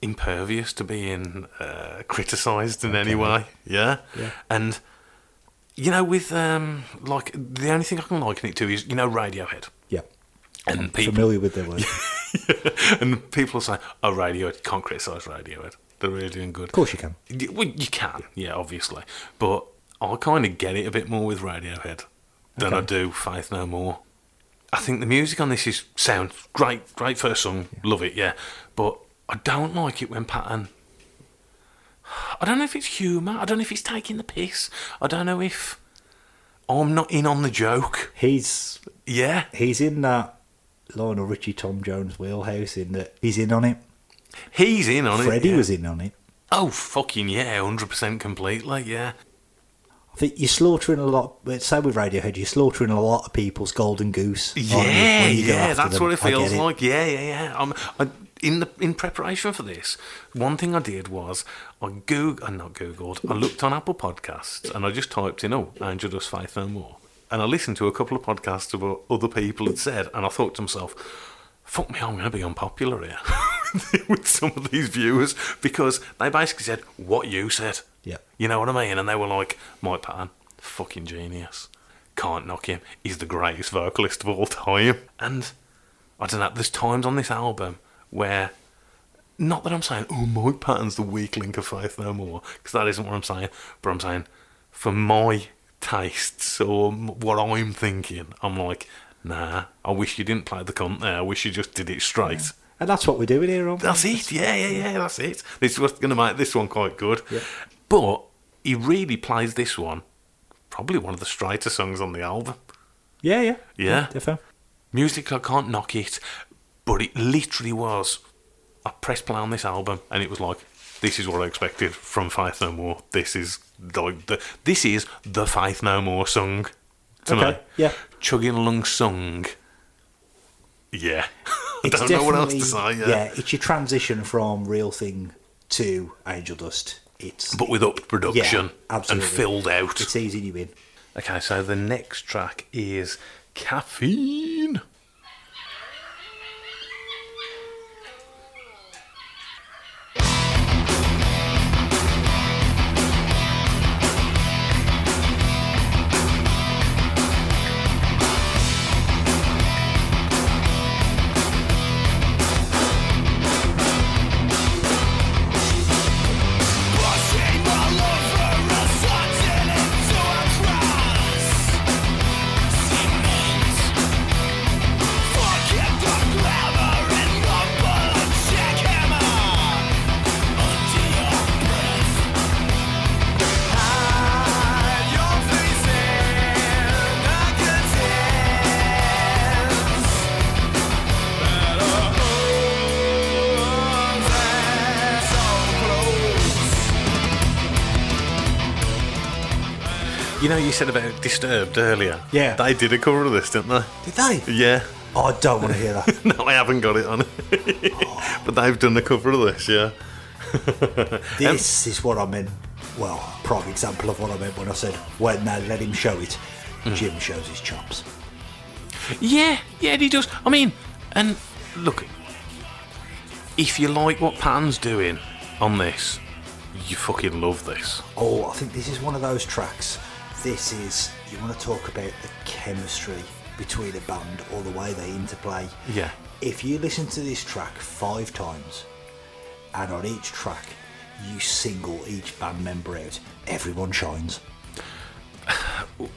impervious to being uh, criticised in any way. Yeah?
Yeah.
And, you know, with, um, like, the only thing I can liken it to is, you know, Radiohead.
Yeah,
And people,
familiar with their work.
and people say, oh, Radiohead, can't criticise Radiohead. They're really doing good.
Of course you can.
Y- Well, you can, yeah, obviously. But I kind of get it a bit more with Radiohead than I do Faith No More. I think the music on this is sound great, great first song, love it, yeah. But I don't like it when Patton. I don't know if it's humour. I don't know if it's taking the piss. I don't know if I'm not in on the joke.
He's
Yeah,
he's in that Lionel Richie Tom Jones wheelhouse in that he's in on it.
he's in on it.
Freddie
yeah.
was in on it.
Oh, fucking yeah, 100% complete. Like, yeah.
I think you're slaughtering a lot. Same with Radiohead, you're slaughtering a lot of people's golden goose. on-
Yeah,
when you go
yeah,
after
that's
them.
what it
I get
feels like. Yeah, yeah, yeah. Um, I, in the in preparation for this, one thing I did was I Googled, uh, not Googled, I looked on Apple Podcasts and I just typed in, oh, Angel Does Faith No More. And I listened to a couple of podcasts of what other people had said, and I thought to myself, fuck me, I'm going to be unpopular here with some of these viewers because they basically said what you said.
Yeah.
You know what I mean? And they were like, Mike Patton, fucking genius. Can't knock him. He's the greatest vocalist of all time. And I don't know, there's times on this album where, not that I'm saying, oh, Mike Patton's the weak link of Faith No More, because that isn't what I'm saying, but I'm saying, for my tastes or m- what I'm thinking, I'm like, nah, I wish you didn't play the cunt there. I wish you just did it straight.
And that's what we're doing here, aren't we?
That's it. Yeah, yeah, yeah. That's it. This was going to make this one quite good. But he really plays this one, probably one of the straighter songs on the album.
Yeah, yeah.
Yeah.
defo.
Music, I can't knock it, but it literally was. I pressed play on this album, and it was like, this is what I expected from Faith No More. This is like the this is the Faith No More song to me.
Okay, yeah.
chugging along song. Yeah, I don't know what else to say.
definitely- yeah, it's your transition from Real Thing to Angel Dust. It's
but with upped production and
absolutely.
filled out.
it's easing you in.
Okay, so the next track is Caffeine. You know, you said about Disturbed earlier.
Yeah.
They did a cover of this, didn't they?
Did they?
Yeah.
Oh, I don't want to hear that.
No, I haven't got it on. but they've done a cover of this, yeah.
This is what I meant. Well, prime example of what I meant when I said when they let him show it, Jim shows his chops.
Yeah, yeah, he does. I mean, and look, if you like what Patton's doing on this, you fucking love this.
Oh, I think this is one of those tracks. This is you want to talk about the chemistry between a band or the way they interplay.
Yeah.
If you listen to this track five times, and on each track you single each band member out, everyone shines.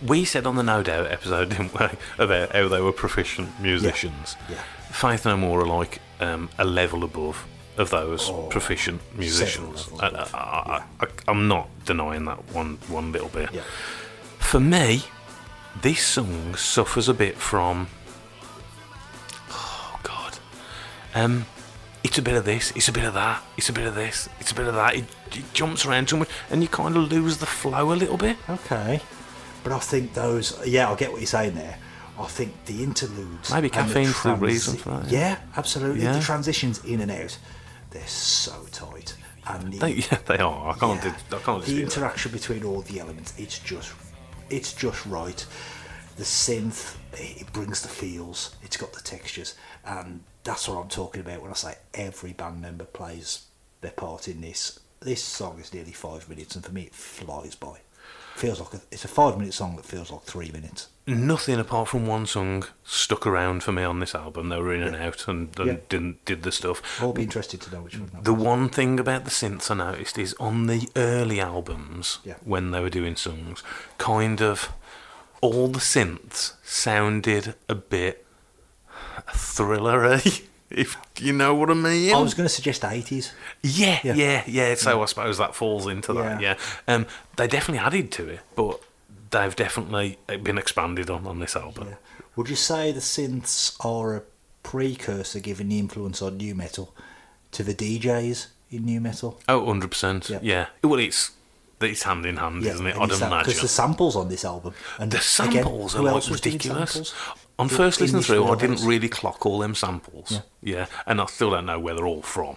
We said on the No Doubt episode, didn't we, about how they were proficient musicians.
Yeah.
Faith No More are like um, a level above of those proficient musicians.
Oh, levels
I,
above,
I, I, I, I'm not denying that one one little bit.
Yeah.
For me, this song suffers a bit from. Oh God, um, it's a bit of this, it's a bit of that, it's a bit of this, it's a bit of that. It, it jumps around too much, and you kind of lose the flow a little bit.
Okay. But I think those, yeah, I get what you're saying there. I think the interludes.
Maybe
and the
caffeine's the reason for that,
Yeah,
yeah.
absolutely.
Yeah.
The transitions in and out, they're so tight. And the,
They, yeah, they are. I can't.
yeah,
dis- I can't.
the
dispute that.
interaction between all the elements, it's just, it's just right. The synth, it it brings the feels. It's got the textures, and that's what I'm talking about when I say every band member plays their part in this. This song is nearly five minutes, and for me, it flies by. Feels like a, it's a five-minute song that feels like three minutes.
nothing apart from one song stuck around for me on this album. They were in and out and, and
Yeah.
didn't, did the stuff.
I'll be interested to know which one. that
The
was.
one thing about the synths I noticed is on the early albums,
Yeah.
when they were doing songs, kind of all the synths sounded a bit thrillery. If you know what I mean.
I was going to suggest eighties.
Yeah, yeah,
Yeah.
yeah. So I suppose that falls into that. Yeah.
Yeah.
Um, they definitely added to it, but they've definitely been expanded on on this album.
Yeah. Would you say the synths are a precursor, given the influence on new metal, to the DJs in new metal.
Oh, 100%.
Yeah.
Yeah. Well, it's it's hand in hand, isn't it?
and
I'd
it's that-
imagine.
the samples on this album and
The
again,
samples
who
are
else
like
was doing
ridiculous.
samples?
On
The
first listen
English
through, I
Railroads.
didn't really clock all them samples. Yeah. and I still don't know where they're all from.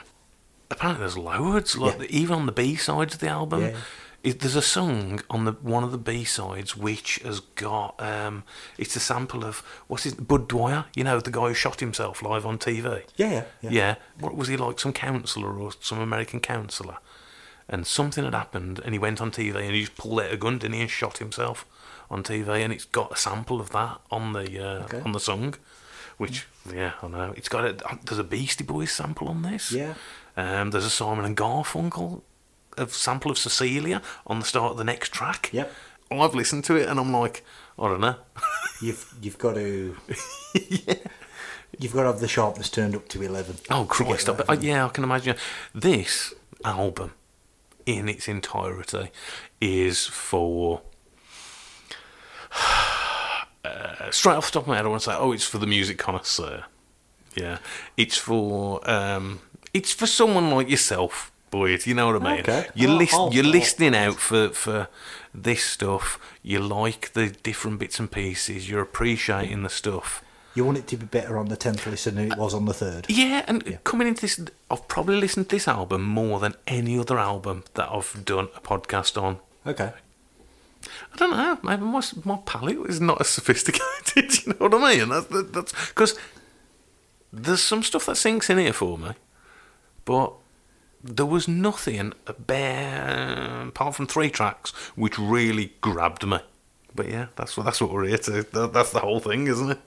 Apparently, there's loads. Like
Yeah.
even on the B sides of the album,
Yeah.
it, there's a song on the one of the B sides which has got um, it's a sample of what's his Bud Dwyer. You know, the guy who shot himself live on TV.
Yeah, yeah,
Yeah.
yeah.
What was he like? Some counsellor or some American counsellor? And something had happened, and he went on TV and he just pulled out a gun, didn't he, and shot himself on TV. And it's got a sample of that on the uh,
Okay.
on the song, which yeah, I know. It's got a there's a Beastie Boys sample on this.
Yeah.
Um, there's a Simon and Garfunkel a sample of Cecilia on the start of the next track.
Yep.
I've listened to it and I'm like, I don't know.
You've you've got to you've got to have the sharpness turned up to eleven.
Oh
to get
Christ! I,
that.
I- yeah, I can imagine. This album, in its entirety, is for. Uh, straight off the top of my head, I want to say, oh, it's for the music connoisseur. Yeah, it's for um, it's for someone like yourself, boys. You know what I mean?
Okay.
You
I'll-
listen.
I'll-
you're
I'll-
listening out for for this stuff. You like the different bits and pieces. You're appreciating the stuff.
You want it to be better on the tenth listen than it was on the third.
Yeah, and coming into this, I've probably listened to this album more than any other album that I've done a podcast on.
Okay.
I don't know, maybe my, my palate is not as sophisticated, you know what I mean? That's that, that's because there's some stuff that sinks in here for me, but there was nothing, a bare, apart from three tracks, which really grabbed me. But yeah, that's what that's what we're here to. That, that's the whole thing, isn't it?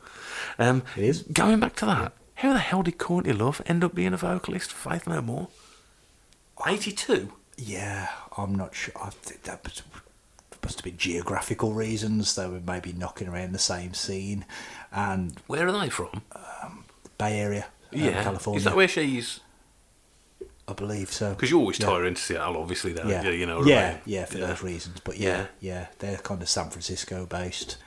Um,
It is.
Going back to that, how the hell did Courtney Love end up being a vocalist for Faith No More?
Oh.
Eighty-two.
Yeah, I'm not sure. I think that must- must have been geographical reasons. They were maybe knocking around the same scene, and
Where are they from?
Bay Area, um, Uh, California.
Is that where she's?
I believe so.
Because you always
Yeah.
tie her into Seattle, obviously. Though, yeah. you know. what I
yeah,
mean?
yeah, for
Yeah.
those reasons. But
Yeah.
yeah, yeah, they're kind of San Francisco based.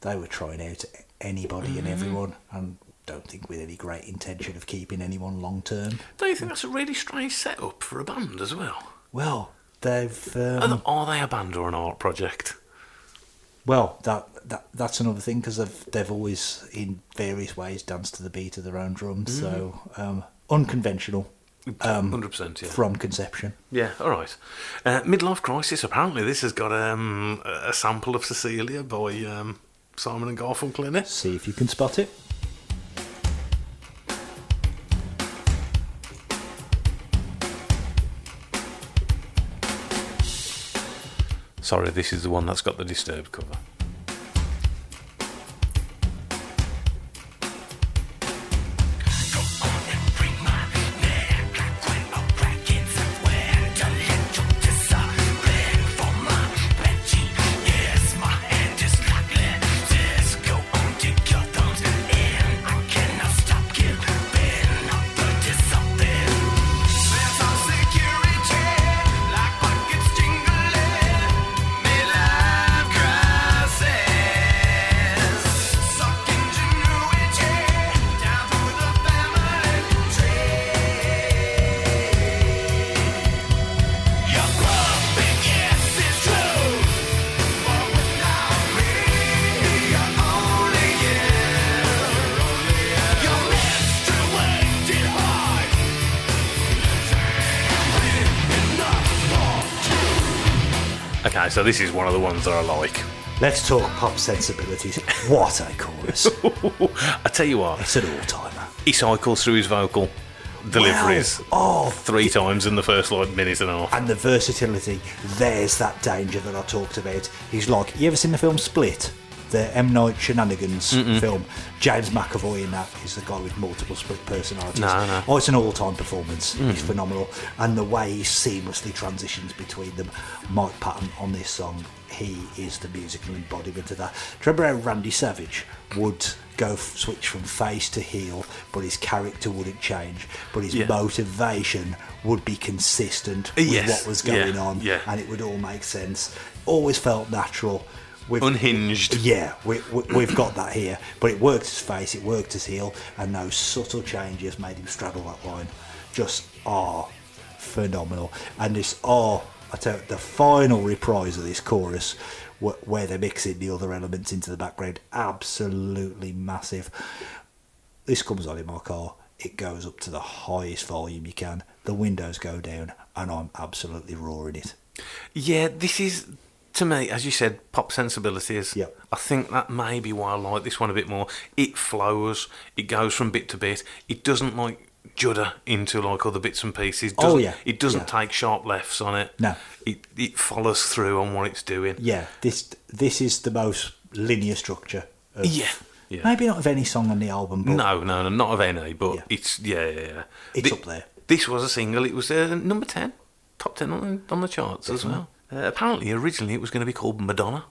They were trying out anybody
Mm-hmm.
and everyone, and don't think with any great intention of keeping anyone long term.
Don't you think that's a really strange setup for a band as well?
Well, they've
Are
um,
th- Are they a band or an art project?
well that that that's another thing because they've they've always in various ways danced to the beat of their own
Mm-hmm.
drums. So um, unconventional um,
Hundred percent. Yeah.
from conception.
yeah. All right. Uh, Midlife Crisis. Apparently, this has got um, a a sample of Cecilia by um, Simon and Garfunkel in it.
See if you can spot it.
Sorry, this is the one that's got the disturbed cover. Okay, so this is one of the ones that I like.
Let's talk pop sensibilities. What a chorus!
I tell you what,
It's an all-timer.
he cycles through his vocal deliveries
Wow. Oh,
three times in the first like minute and a half.
and the versatility. There's that danger that I talked about. He's like, you ever seen the film Split? The M Night Shenanigans film. James McAvoy in that is the guy with multiple split personalities.
No, no. Mm.
Oh, it's an all-time performance. It's phenomenal, and the way he seamlessly transitions between them. Mike Patton on this song, he is the musical embodiment of that. Do you remember how Randy Savage would go f- switch from face to heel, but his character wouldn't change, but his
Yeah.
motivation would be consistent with
Yes,
what was going
yeah,
on,
yeah.
and it would all make sense. Always felt natural. We've,
Unhinged.
Yeah, we, we, we've got that here, but it worked his face, it worked his heel, and those subtle changes made him straddle that line. Just ah, phenomenal. And this, oh, I tell you, the final reprise of this chorus, wh- where they're mixing the other elements into the background, absolutely massive. This comes on in my car. It goes up to the highest volume you can. The windows go down, and I'm absolutely roaring it.
Yeah, this is to me, as you said, pop sensibilities.
Yep.
I think that may be why I like this one a bit more. It flows, it goes from bit to bit. It doesn't like judder into like other bits and pieces.
Oh,
Doesn't-
yeah,
It doesn't
yeah.
take sharp lefts on it.
No.
It it follows through on what it's doing.
Yeah, this this is the most linear structure. Of,
Yeah. Yeah.
Maybe not of any song on the album, but
No, no, no, not of any, but
Yeah.
it's yeah, yeah, yeah.
It's
Thi-
up there.
This was a single. It was uh, number ten, top ten on, on the charts as well. Uh, apparently, originally it was going to be called Madonna.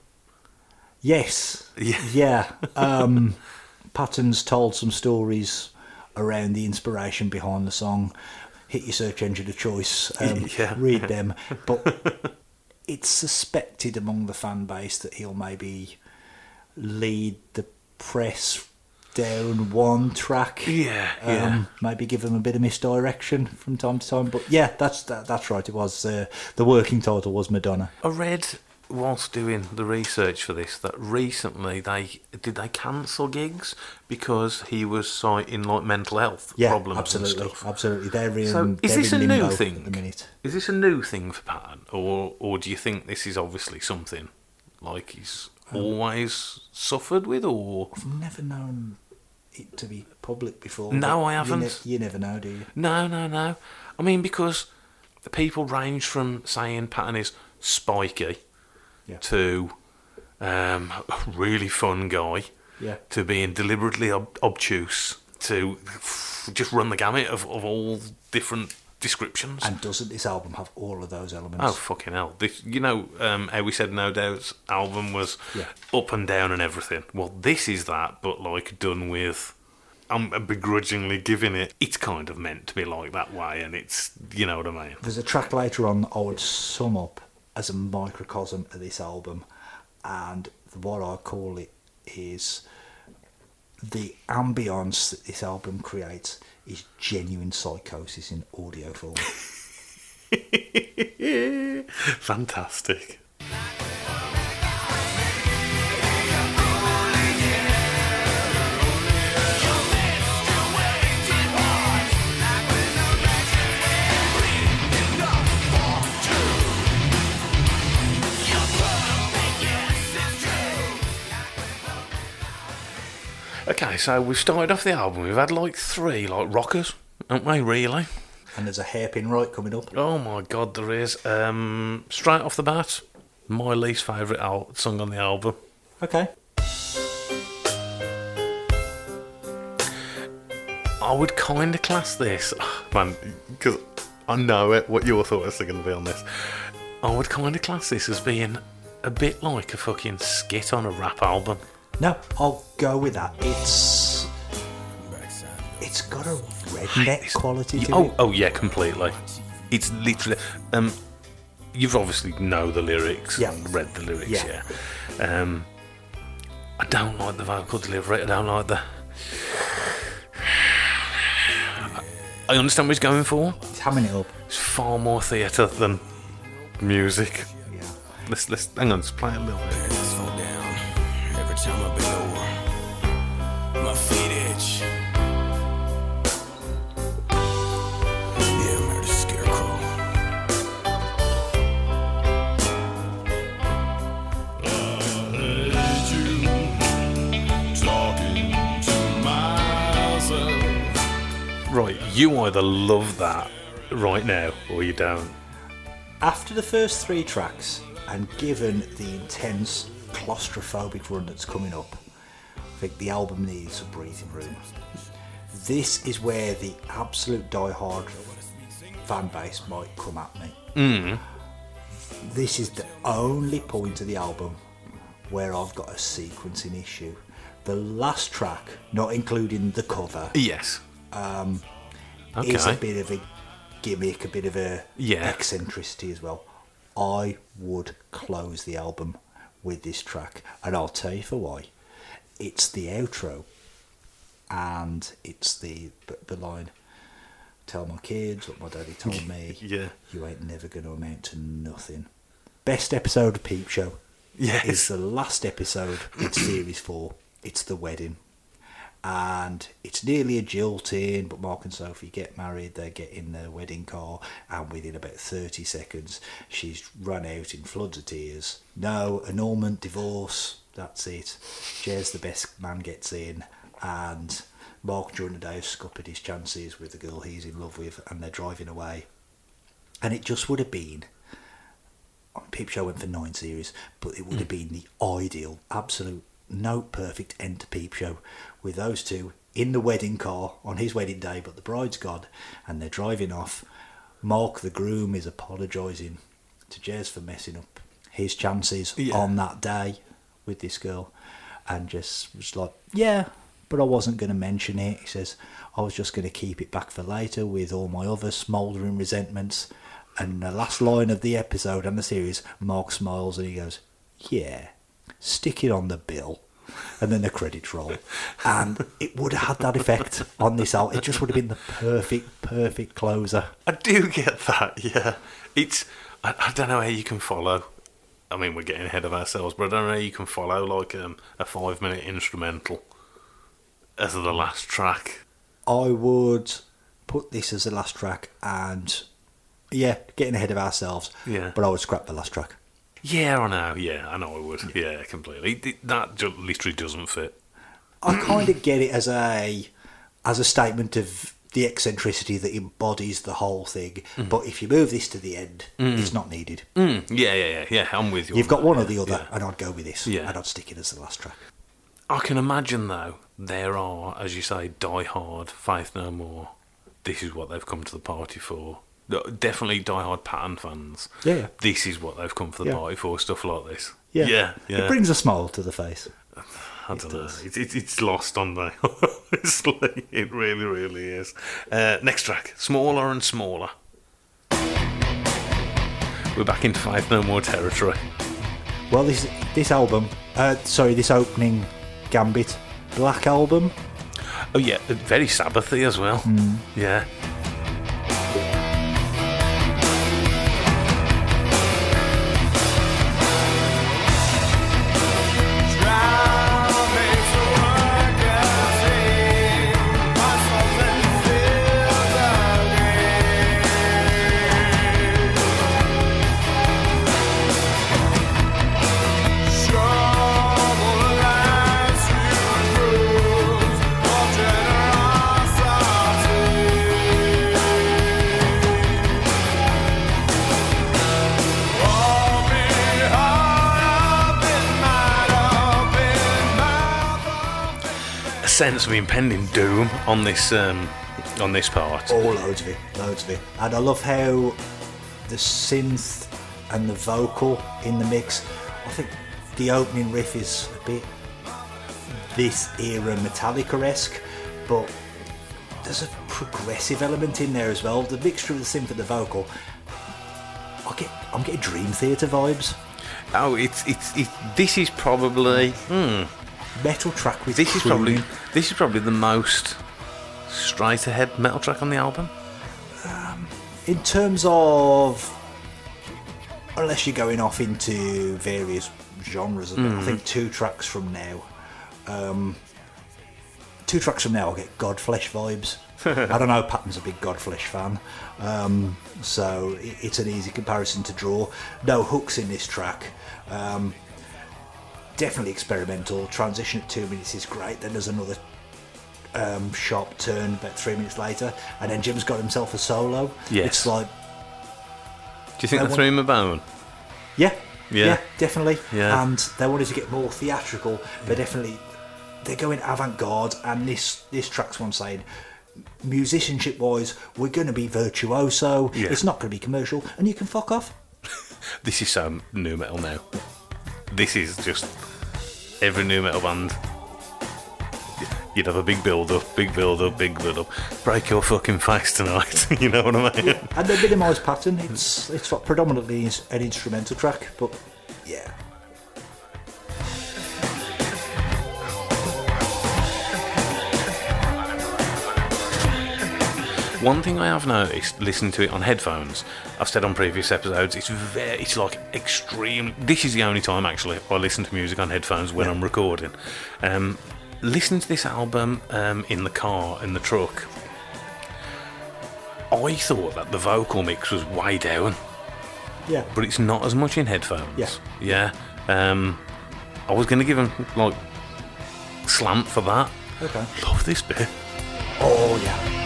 Yes.
Yeah.
Yeah. Um, Patton's told some stories around the inspiration behind the song. Hit your search engine of choice. Um,
Yeah.
Read them. But it's suspected among the fan base that he'll maybe lead the press down one track.
Yeah, yeah.
Um, Maybe give them a bit of misdirection from time to time. But yeah, that's that, that's right. It was uh, the working title was Madonna.
I read whilst doing the research for this that recently they did they cancel gigs because he was citing like mental health
Yeah,
problems
absolutely,
and stuff.
absolutely. They're in.
So is
they're
this a
in limbo
new
at
thing?
the minute?
Is this a new thing for Patton, or or do you think this is obviously something like he's
Um,
always suffered with, or
I've never known it to be public before.
No,
but
I
you
haven't.
ne- You, never know, do you?
no, no, no? I mean, because the people range from saying Patton is spiky
Yeah.
to um, really fun guy
Yeah.
to being deliberately ob- obtuse to just run the gamut of, of all different descriptions.
And doesn't this album have all of those elements?
Oh fucking hell! This, you know um, how we said No Doubt's album was
Yeah.
up and down and everything. Well, this is that, but like done with. I'm begrudgingly giving it. It's kind of meant to be like that way, and it's you know what I mean.
There's a track later on that I would sum up as a microcosm of this album, and what I call it is the ambience that this album creates is genuine psychosis in audio form.
Fantastic. Okay, so we've started off the album. We've had like three like rockers, haven't we? Really?
and there's a hairpin right coming up.
Oh my god, there is. Um, straight off the bat, my least favourite al- song on the album.
Okay.
I would kind of class this, man, because I know it. What your thoughts are going to be on this? I would kind of class this as being a bit like a fucking skit on a rap album.
No, I'll go with that. It's it's got a redneck quality to
Oh,
it.
oh yeah, completely. It's literally. Um, you've obviously know the lyrics
Yeah.
and read the lyrics, yeah.
Yeah.
Um, I don't like the vocal delivery. I don't like the. I understand what he's going for.
It's hamming it up.
It's far more theatre than music.
Yeah.
Let's let's hang on. Let's play a little bit.
Let's fall down every time I bend over. My feet itch. Yeah, I murdered a scarecrow. Talking to myself.
Right, you either love that right now or you don't.
After the first three tracks, and given the intense claustrophobic run that's coming up, I think the album needs a breathing room. This is where the absolute diehard fan base might come at me. This is the only point of the album where I've got a sequencing issue. The last track, not including the cover,
Yes. Um.
is
Okay.
a bit of a gimmick, a bit of a
Yeah.
eccentricity as well. I would close the album with this track, and I'll tell you for why. It's the outro, and it's the the line tell my kids what my daddy told me.
Yeah.
You ain't never going to amount to nothing. Best episode of Peep Show is
Yes.
the last episode in series four. It's the wedding. And it's nearly a jilting, but Mark and Sophie get married. They get in their wedding car, and within about 30 seconds, she's run out in floods of tears. No, annulment, divorce, that's it. Jez, the best man, gets in, and Mark, during the day, has scuppered his chances with the girl he's in love with, and they're driving away. And it just would have been I mean, Peep Show went for nine series, but it would have been the ideal, absolute, no perfect end to Peep Show with those two in the wedding car on his wedding day, but the bride's gone and they're driving off. Mark, the groom, is apologising to Jez for messing up his chances
Yeah.
on that day with this girl and just was like, yeah, but I wasn't going to mention it. He says, I was just going to keep it back for later with all my other smouldering resentments. And the last line of the episode and the series, Mark smiles and he goes, yeah, stick it on the bill. And then the credits roll. And it would have had that effect on this out. It just would have been the perfect, perfect closer.
I do get that, yeah. It's I, I don't know how you can follow. I mean, we're getting ahead of ourselves, but I don't know how you can follow like um, a five minute instrumental as the last track.
I would put this as the last track and yeah, getting ahead of ourselves.
Yeah.
But I would scrap the last track.
Yeah, I know. Yeah, I know I would. Yeah, completely. Th- That ju- literally doesn't fit.
I kind of get it as a as a statement of the eccentricity that embodies the whole thing.
Mm-hmm.
But if you move this to the end, it's not needed.
Mm, yeah, yeah, yeah, yeah. I'm with you.
You've
on
got
that,
one or
yeah,
the other,
yeah.
and I'd go with this.
Yeah.
And I'd stick it as the last track.
I can imagine though there are, as you say, Die Hard, Faith No More. This is what they've come to the party for. No, Definitely Die Hard pattern fans.
Yeah, yeah.
This is what they've come for the
Yeah.
party for. Stuff like this. yeah. yeah.
It brings a smile to the face.
I don't know.
does.
It, it, it's lost on me. Honestly, it really, really is. Uh, next track, smaller and smaller. We're back in Faith No More territory.
Well, this this album, uh, sorry, this opening gambit, Black Album.
Oh yeah, very Sabbathy as well.
Mm.
Yeah. A sense of impending doom on this um, on this part.
Oh, loads of it, loads of it. And I love how the synth and the vocal in the mix. I think the opening riff is a bit this era Metallica esque, but there's a progressive element in there as well. The mixture of the synth and the vocal. I get, I'm getting Dream Theater vibes.
Oh, it's it's it, this is probably
Metal track with
this is probably
crooning.
this is probably the most straight ahead metal track on the album.
In terms of, unless you're going off into various genres, I think two tracks from now, um, two tracks from now, I get Godflesh vibes. I don't know. Patton's a big Godflesh fan, um, so i- it's an easy comparison to draw. No hooks in this track. Um, definitely experimental. Transition at two minutes is great. Then there's another um, sharp turn about three minutes later, and then Jim's got himself a solo.
Yes.
It's like,
Do you think
I
they threw him a bone?
yeah,
Yeah.
yeah, definitely.
Yeah.
And they wanted to get more theatrical, but definitely they're going avant-garde. And this this track's one saying, musicianship-wise, we're going to be virtuoso.
Yeah.
It's not going to be commercial, and you can fuck off.
This is so new metal now. This is just every new metal band. You'd have a big build up, big build up, big build up. Break your fucking face tonight. you know what I mean?
And they minimise pattern. It's it's what predominantly is an instrumental track, but yeah.
One thing I have noticed listening to it on headphones, I've said on previous episodes, it's very, it's like extreme. This is the only time actually I listen to music on headphones when I'm recording. Um, listening to this album um, in the car, in the truck, I thought that the vocal mix was way down
Yeah.
but it's not as much in headphones.
Yeah.
Yeah. Um, I was going to give him like slant for that.
Okay.
Love this bit.
Oh yeah.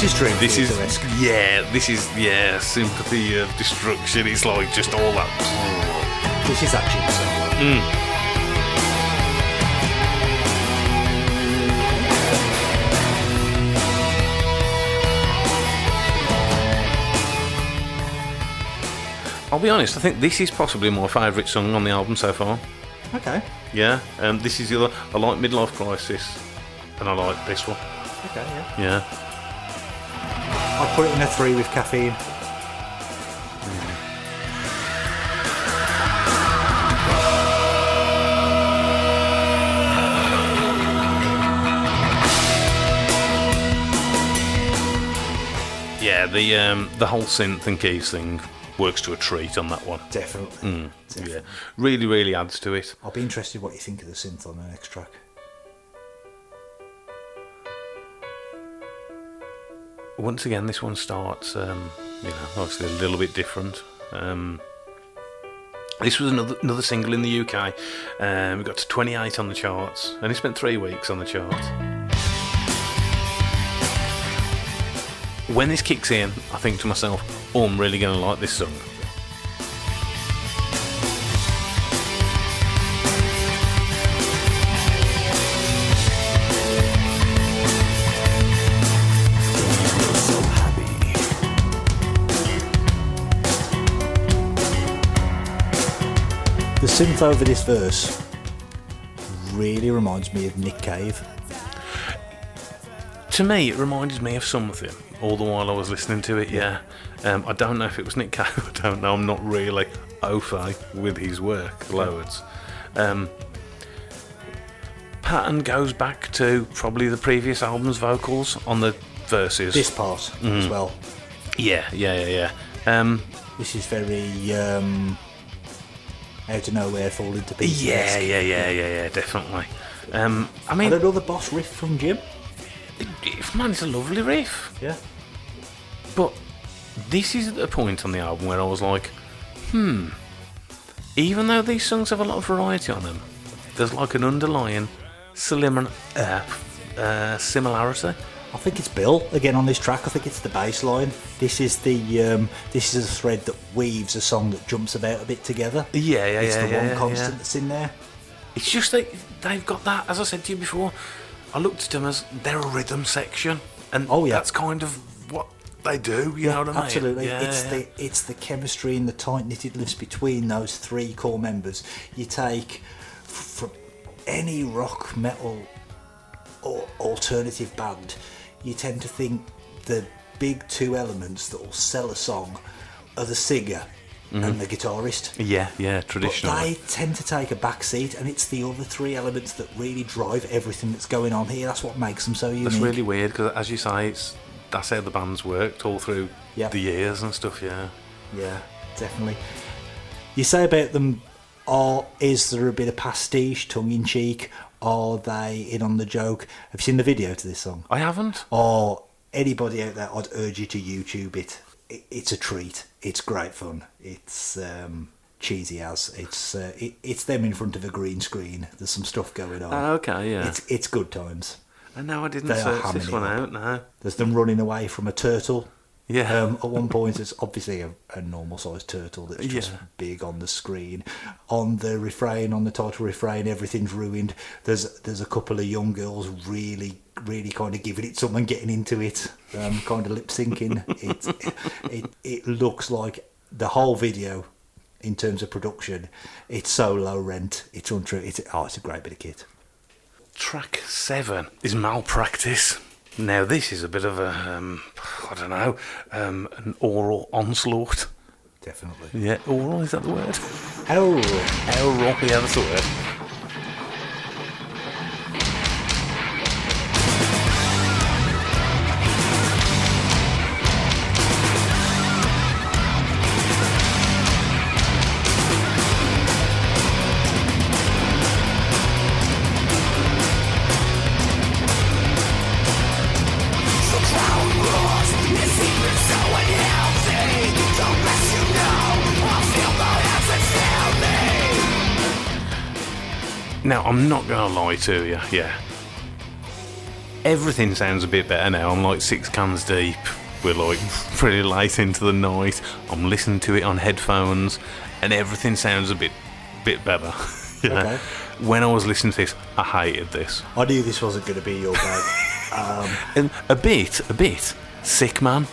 This is Dream
This is
Theater-esque.
yeah. This is yeah. Sympathy of destruction. It's like just all that.
This is that jigsaw.
I'll be honest. I think this is possibly my favourite song on the album so far.
Okay.
Yeah. Um, this is the other. I like Midlife Crisis, and I like this one.
Okay.
Yeah.
Yeah. I'll put it in a three with caffeine.
Yeah. The um, the whole synth and keys thing works to a treat on that one.
Definitely. Definitely.
Yeah. Really, really adds to it.
I'll be interested what you think of the synth on the next track.
once again, this one starts, um, you know, obviously a little bit different. Um, this was another another single in the UK. Um, it got to 28 on the charts, and it spent three weeks on the charts. When this kicks in, I think to myself, "Oh, I'm really going to like this song."
The synth over this verse really reminds me of Nick Cave.
To me, it reminded me of something. All the while I was listening to it, yeah. Um, I don't know if it was Nick Cave. I don't know. I'm not really au fait with his work, Lowards. Um, pattern goes back to probably the previous album's vocals on the verses.
This part as well.
Yeah, yeah, yeah, yeah. Um,
This is very um, out of nowhere fall into pieces.
yeah, yeah, yeah, yeah, yeah, definitely. Um, I
And
mean,
another boss riff from Jim.
it- man, it's a lovely riff.
Yeah.
But this is the point on the album where I was like, hmm, even though these songs have a lot of variety on them, there's like an underlying slim, uh, uh, similarity.
I think it's Bill again on this track. I think it's the bass line. This is the um, this is a thread that weaves a song that jumps about a bit together.
Yeah, yeah,
It's
yeah,
the
yeah,
one
yeah,
constant
yeah.
that's in there.
It's just that they've got that, as I said to you before, I looked at them as they're a rhythm section, and
Oh, yeah.
that's kind of what they do, you know what I mean?
Absolutely,
Yeah,
it's
yeah.
the it's the chemistry and the tight knittedness between those three core members. You take f- from any rock, metal, or alternative band, you tend to think the big two elements that will sell a song are the singer
Mm-hmm.
and the guitarist.
Yeah, yeah,
But
traditionally.
they tend to take a back seat, and it's the other three elements that really drive everything that's going on here. That's what makes them so unique.
That's really weird because, as you say, it's that's how the band's worked all through
Yeah.
the years and stuff, yeah.
Yeah, definitely. You say about them, or is there a bit of pastiche, tongue in cheek? Are they in on the joke? Have you seen the video to this song?
I haven't.
Oh, Or anybody out there, I'd urge you to YouTube it. I- It's a treat. It's great fun. It's um, cheesy as it's uh, it, it's them in front of a green screen. There's some stuff going on.
Ah, okay, yeah.
It's it's good times.
And no, I didn't
They are
search this
hamming
one
it up.
out. No.
There's them running away from a turtle.
Yeah.
Um, at one point, it's obviously a, a normal sized turtle that's just
Yeah.
big on the screen. On the refrain, on the title refrain, everything's ruined. There's there's a couple of young girls really, really kind of giving it someone getting into it, um, kind of lip syncing. it, it it looks like the whole video, in terms of production, it's so low rent. It's untrue. It's oh, it's a great bit of kit.
Track seven is malpractice. Now this is a bit of a, um, I don't know, um, an oral onslaught.
Definitely.
Yeah, oral is that the word?
Oh.
Oral, yeah, that's the word. Now, I'm not going to lie to you, yeah. Everything sounds a bit better now. I'm like six cans deep. We're like pretty late into the night. I'm listening to it on headphones, and everything sounds a bit, bit better. you know?
Okay.
When I was listening to this, I hated this.
I knew this wasn't going to be your bag.
And a bit, a bit. Sick man.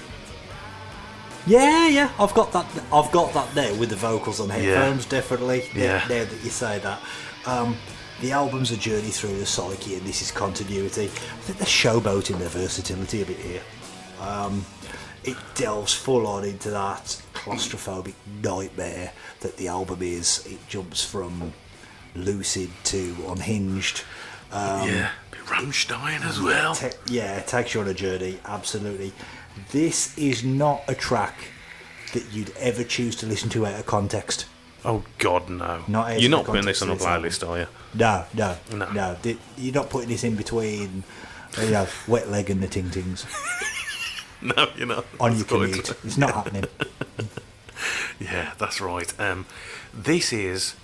yeah, yeah, I've got that. I've got that there with the vocals on headphones. Definitely. Now-
Yeah.
Now, that you say that, um, the album's a journey through the psyche, and this is continuity. I think they're showboating their versatility a bit here. Um, it delves full on into that claustrophobic nightmare that the album is. It jumps from lucid to unhinged. Um,
yeah. Bit Rammstein as well.
Ta- yeah, it takes you on a journey, absolutely. This is not a track that you'd ever choose to listen to out of context.
Oh God, no.
Not as
You're
the
not putting this
context
on a
of this album.
playlist, are you?
No, no,
No.
no. Th- You're not putting this in between, you know, wet leg and the ting tings
No, you're not.
on
That's
your
quite
commute.
true.
It's not happening.
Yeah, that's right. Um, this is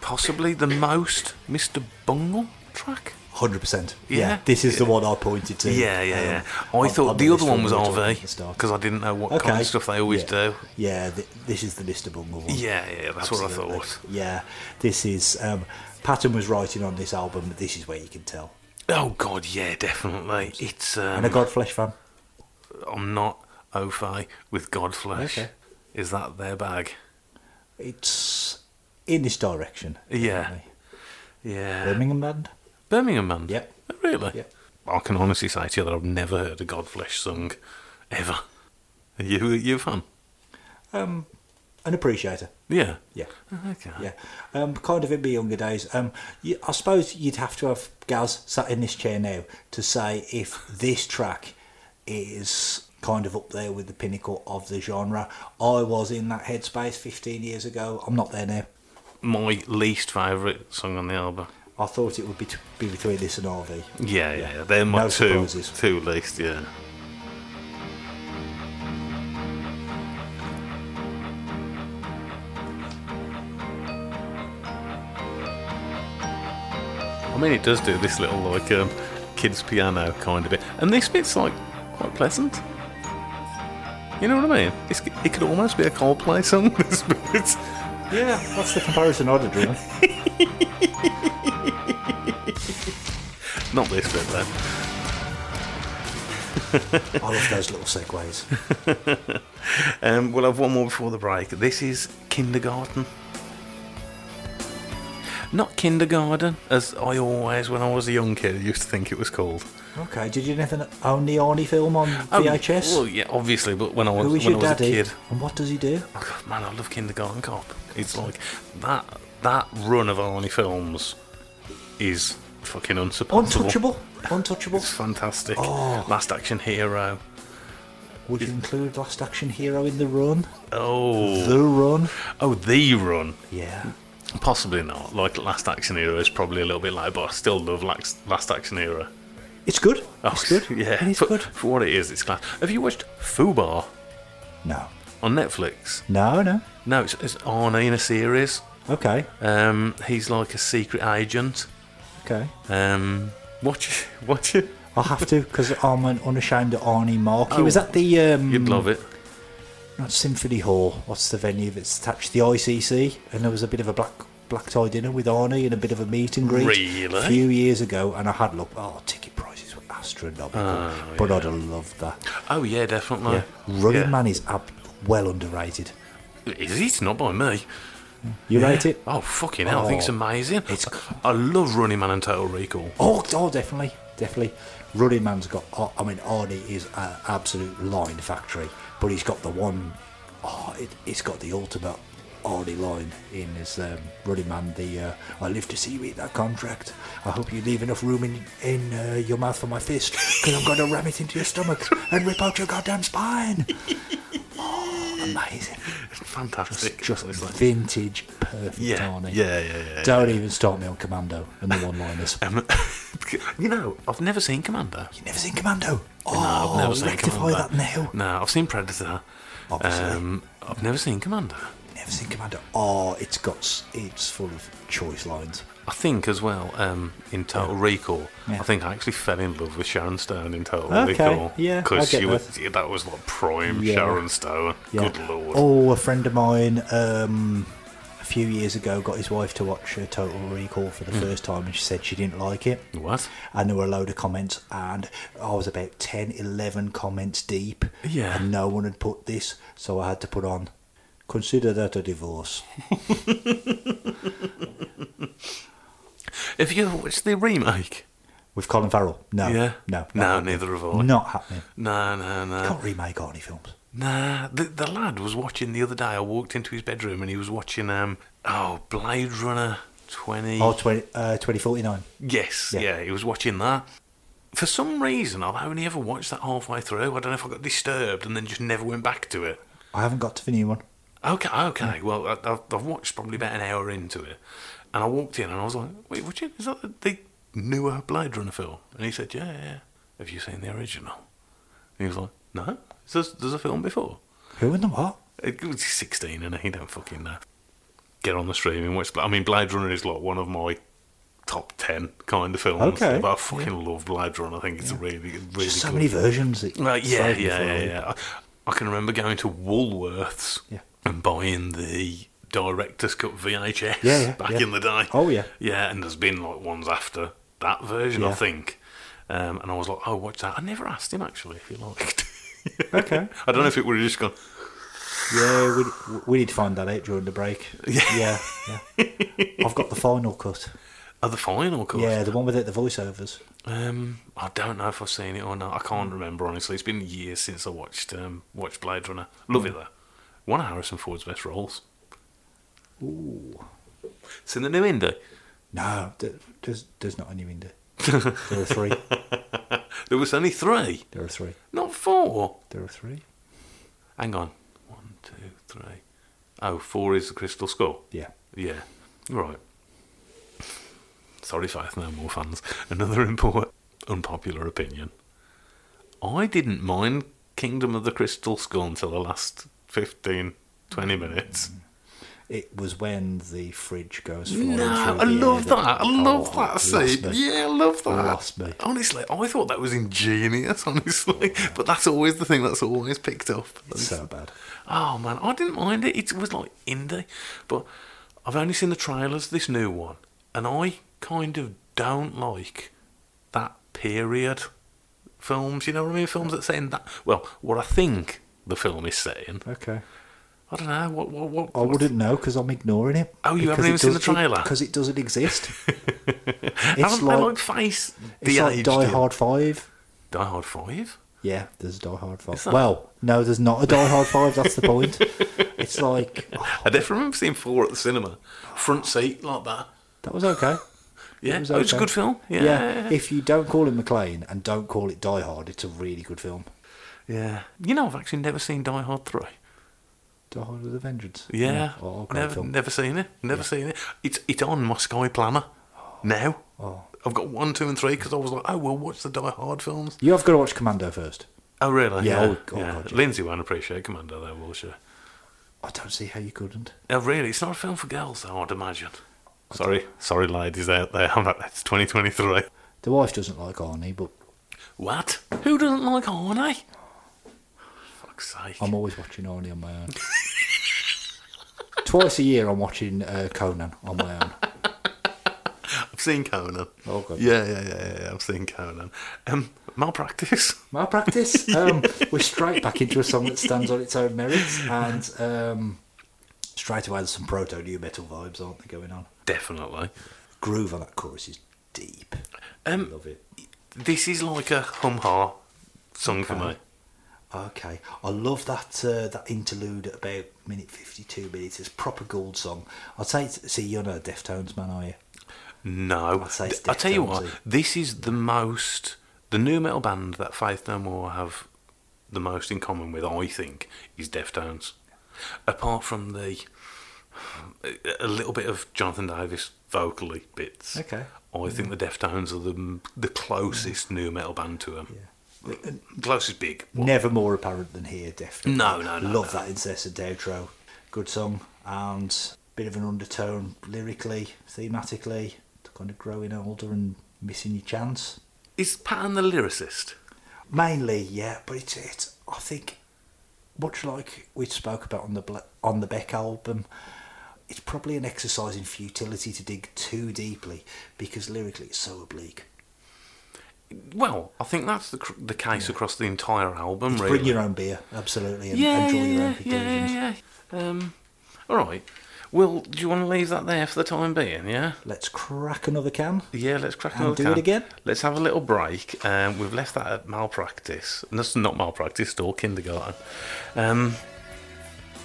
possibly the most Mr. Bungle track.
100%. Yeah.
Yeah.
this is the one I pointed to.
Yeah,
Um,
yeah, yeah. I
on-
thought
on
the other
list
one
we
was
were talking at the
RV
start.
because I didn't know what kind of stuff they always
yeah.
do.
Yeah, th- this is the Mr. Bungle one.
Yeah, yeah, that's what I
Absolutely.
thought.
Yeah, this is. Um, Patton was writing on this album, but this is where you can tell.
Oh God, yeah, definitely. It's um,
And a Godflesh fan.
I'm not Ophi with Godflesh.
Okay.
Is that their bag?
It's in this direction.
Yeah,
definitely.
yeah.
Birmingham band.
Birmingham man.
Yep.
Oh, Really?
Yep.
I can honestly say to you that I've never heard a Godflesh sung ever. Are you are you a fan?
Um, an appreciator.
Yeah.
Yeah,
Okay.
yeah. Um, kind of in my younger days. Um, you, I suppose you'd have to have Gaz sat in this chair now to say if this track is kind of up there with the pinnacle of the genre. I was in that headspace 15 years ago. I'm not there now.
My least favourite song on the album.
I thought it would be, t- be between this and RV.
Yeah, yeah. yeah. They're my
No
two
surprises.
two least. Yeah. I mean, it does do this little like um, kids piano kind of bit, and this bit's like quite pleasant. You know what I mean? It's, it could almost be a Coldplay song. This bit.
Yeah, that's the comparison I'd have driven.
Not this bit though.
I love those little segues.
Um, we'll have one more before the break. This is kindergarten. Not kindergarten, as I always, when I was a young kid, used to think it was called.
Okay, did you never own the Arnie film on VHS?
Oh, Well, yeah, obviously, but when I was,
Who is
when
your
I was
daddy?
a kid,
And what does he do?
oh, God, man, I love Kindergarten Cop. It's like that that run of Arnie films is fucking unsurpassable.
Untouchable. Untouchable.
It's fantastic.
Oh.
Last Action Hero.
Would you include Last Action Hero in the run?
Oh,
The run?
oh, the run.
Yeah.
Possibly not. Like Last Action Hero is probably a little bit later, but I still love Last, Last Action Hero.
It's good.
Oh,
It's good.
Yeah,
It is
for,
good.
for what it is, it's class. Have you watched Fubar
No.
on Netflix?
No, no.
No, it's, it's Arnie in a series.
Okay.
Um, he's like a secret agent.
Okay.
Um, watch, it- watch it.
I'll have to because I'm an unashamed Arnie Mark. He was
Oh,
at the um,
You'd love it.
not Symphony Hall. What's the venue that's attached to the ICC? And there was a bit of a black black tie dinner with Arnie and a bit of a meet and greet
Really?
a few years ago. And I had a look. Oh, ticket prices were astronomical, but I'd have loved that.
Oh yeah, definitely.
Yeah. Running
Ah, Yeah.
Man is ab- well underrated.
Is it? Not by me.
You rate it?
Oh fucking hell! I think it's
Oh,
amazing.
it's-
I love Running Man and Total Recall.
Oh, oh, definitely, definitely. Running Man's got. oh, I mean, Arnie is an absolute line factory, but he's got the one. Oh, it, it's got the ultimate Arnie line in his um, Running Man. The uh, I live to see you eat that contract. I hope you leave enough room in in uh, your mouth for my fist, because I'm going to ram it into your stomach and rip out your goddamn spine. Oh, amazing!
It's fantastic.
Just
It's like-
vintage, perfect
yeah, yeah,
Arnie.
yeah, yeah, yeah.
Don't even start me on Commando and the one-liners.
Um, you know, I've never seen Commander.
Never seen Commando. Oh,
No, I've never seen
rectify
Commander.
that now.
No, I've seen Predator.
Obviously.
Um, I've never seen Commander.
never seen Commando. Oh, it's got s- it's full of choice lines.
I think as well um, in Total Recall.
Yeah.
I think I actually fell in love with Sharon Stone in Total
Okay,
Recall.
yeah, I
because
get
she was yeah, that was what prime
Yeah.
Sharon Stone.
Yeah.
Good lord.
Oh, a friend of mine um, a few years ago got his wife to watch uh, Total Recall for the
Hmm.
first time, and she said she didn't like it.
What?
and there were a load of comments and i was about 10 11 comments deep
Yeah.
and no one had put this so i had to put on consider that a divorce
Have you ever watched the remake?
with colin farrell no
yeah.
no
No,
not happening.
neither have I.
not happening
No, no, no.
can't remake arnie films
Nah, the, the lad was watching the other day. I walked into his bedroom and he was watching um oh Blade Runner twenty.
oh 20, uh, 2049
yes,
yeah.
yeah. he was watching that. For some reason, I've only ever watched that halfway through. I don't know if I got disturbed and then just never went back to it.
i haven't got to the new one
Okay, okay. Well, I, I've, I've watched probably about an hour into it, and I walked in and I was like, "Wait, what? Is that the newer Blade Runner film?" And he said, "Yeah, yeah. Have you seen the original?" And he was like, "No. Is this, there's a film before."
who in the what
It was 16 and he don't fucking know. Get on the stream and watch. Bla- I mean, Blade Runner is like one of my top 10 kind of films.
Okay.
But I fucking love Blade Runner. I think it's a really, really good.
There's so many versions that-
Right, yeah,
Sorry,
yeah, yeah,
before-
yeah. I, I can remember going to Woolworths
Yeah.
and buying the director's cut VHS
Yeah, yeah,
back
yeah.
in the day.
Oh, yeah.
yeah. And there's been like ones after that version, I
Yeah.
think. Um, and I was like, oh, watch that. I never asked him actually if he liked. it.
Okay.
I don't know if it would have just gone.
yeah we, we need to find that out during the break yeah, yeah. i've got the final cut
Oh, the final cut.
yeah the one without the voiceovers
Um, I don't know if I've seen it or not. I can't remember honestly. It's been years since I watched um, watched Blade Runner. Love it though. One of Harrison Ford's best roles. Ooh. It's in the new indie.
No, th- there's there's not any window. there are three.
There was only three,
There are three.
not four.
There are three.
Hang on. One, two, three. Oh, four is the Crystal Skull.
Yeah.
Yeah. Right. Sorry, Faith No More fans. Another important unpopular opinion. I didn't mind Kingdom of the Crystal Skull until the last 15, 20 minutes.
It was when the fridge goes flying
No,
through
I
the air
love that. I love
oh,
that
it
scene.
lost me.
Yeah, I love that.
Lost me.
Honestly, I thought that was ingenious, honestly. But that's always the thing that's always picked up.
It's so bad.
Oh man, I didn't mind it. It was like indie, but I've only seen the trailers. This new one, and I kind of don't like that period films. You know what I mean? Films that set in that. Well, what I think the film is set in.
Okay.
I don't know. What? What? What?
I wouldn't know because I'm ignoring it.
Oh, you haven't even seen the trailer?
because it doesn't exist.
Haven't
it's
they
like,
like face
it's
the
like
age?
Die Hard Five.
Die Hard Five.
Yeah, there's a Die Hard Five.
that-
Well, no, there's not a Die Hard Five. That's the point. It's like oh,
I definitely remember seeing four at the cinema, front seat like that.
that was okay.
Yeah, it
was
was, a
okay.
good film. Yeah,
yeah. If you don't call it McLean and don't call it Die Hard, it's a really good film.
yeah. You know, I've actually never seen Die Hard Three.
Die Hard with a Vengeance.
Yeah,
Oh, great
never,
film.
never seen it. Never seen it. It's it's on my Sky Planner now.
Oh.
I've got one, two, and three because I was like, oh, well, watch the Die Hard films.
You have got to watch Commando first.
Oh, really?
Yeah,
Yeah.
oh, oh, God, yeah.
Lindsay won't appreciate Commando, though, will she?
I don't see how you couldn't.
Oh, really? It's not a film for girls, though, I'd imagine. Sorry, sorry, ladies out there. I'm like, it's 2023.
The wife doesn't like Arnie, but
What? Who doesn't like Arnie? Fuck's sake.
I'm always watching Arnie on my own. Twice a year, I'm watching uh, Conan on my own.
I've seen Conan.
Oh, God.
Yeah, yeah, yeah, yeah, yeah. I've seen Conan. Um, malpractice.
Malpractice. Um, we're straight back into a song that stands on its own merits, and um, straight away there's some proto new metal vibes, aren't they, going on?
Definitely.
Groove on that chorus is deep.
Um,
Love it.
This is like a hum ha song for me.
Okay, I love that uh, that interlude at about minute fifty-two minutes. It's proper gold song. I'll say, it's, see, you're not a Deftones man, are you?
No,
I'd say it's
D- I tell you
Deftones,
what,
eh?
this is the most the new metal band that Faith No More have the most in common with. I think is Deftones, apart from the a- a little bit of Jonathan Davis vocally bits.
Okay.
I think the Deftones are the the closest new metal band to them. Closest big. one.
Never more apparent than here, Deftones.
No, no, no,
Love
no.
that incessant outro. Good song. and bit of an undertone lyrically, thematically, to kind of growing older and missing your chance.
Is Patton the lyricist?
Mainly, yeah, but it's it's I think much like we spoke about on the Bla- on the Beck album, it's probably an exercise in futility to dig too deeply because lyrically it's so oblique.
Well, I think that's the cr- the case across the entire album.
Just
really.
Bring your own beer, absolutely, and,
yeah,
and draw
yeah,
your own
yeah,
conclusions.
yeah, yeah. Um, all right. Well, do you want to leave that there for the time being? Yeah.
Let's crack another can.
Yeah, let's crack
And
another
do it
can.
again?
Let's have a little break. Um, we've left that at malpractice. And that's not malpractice, still kindergarten. Um,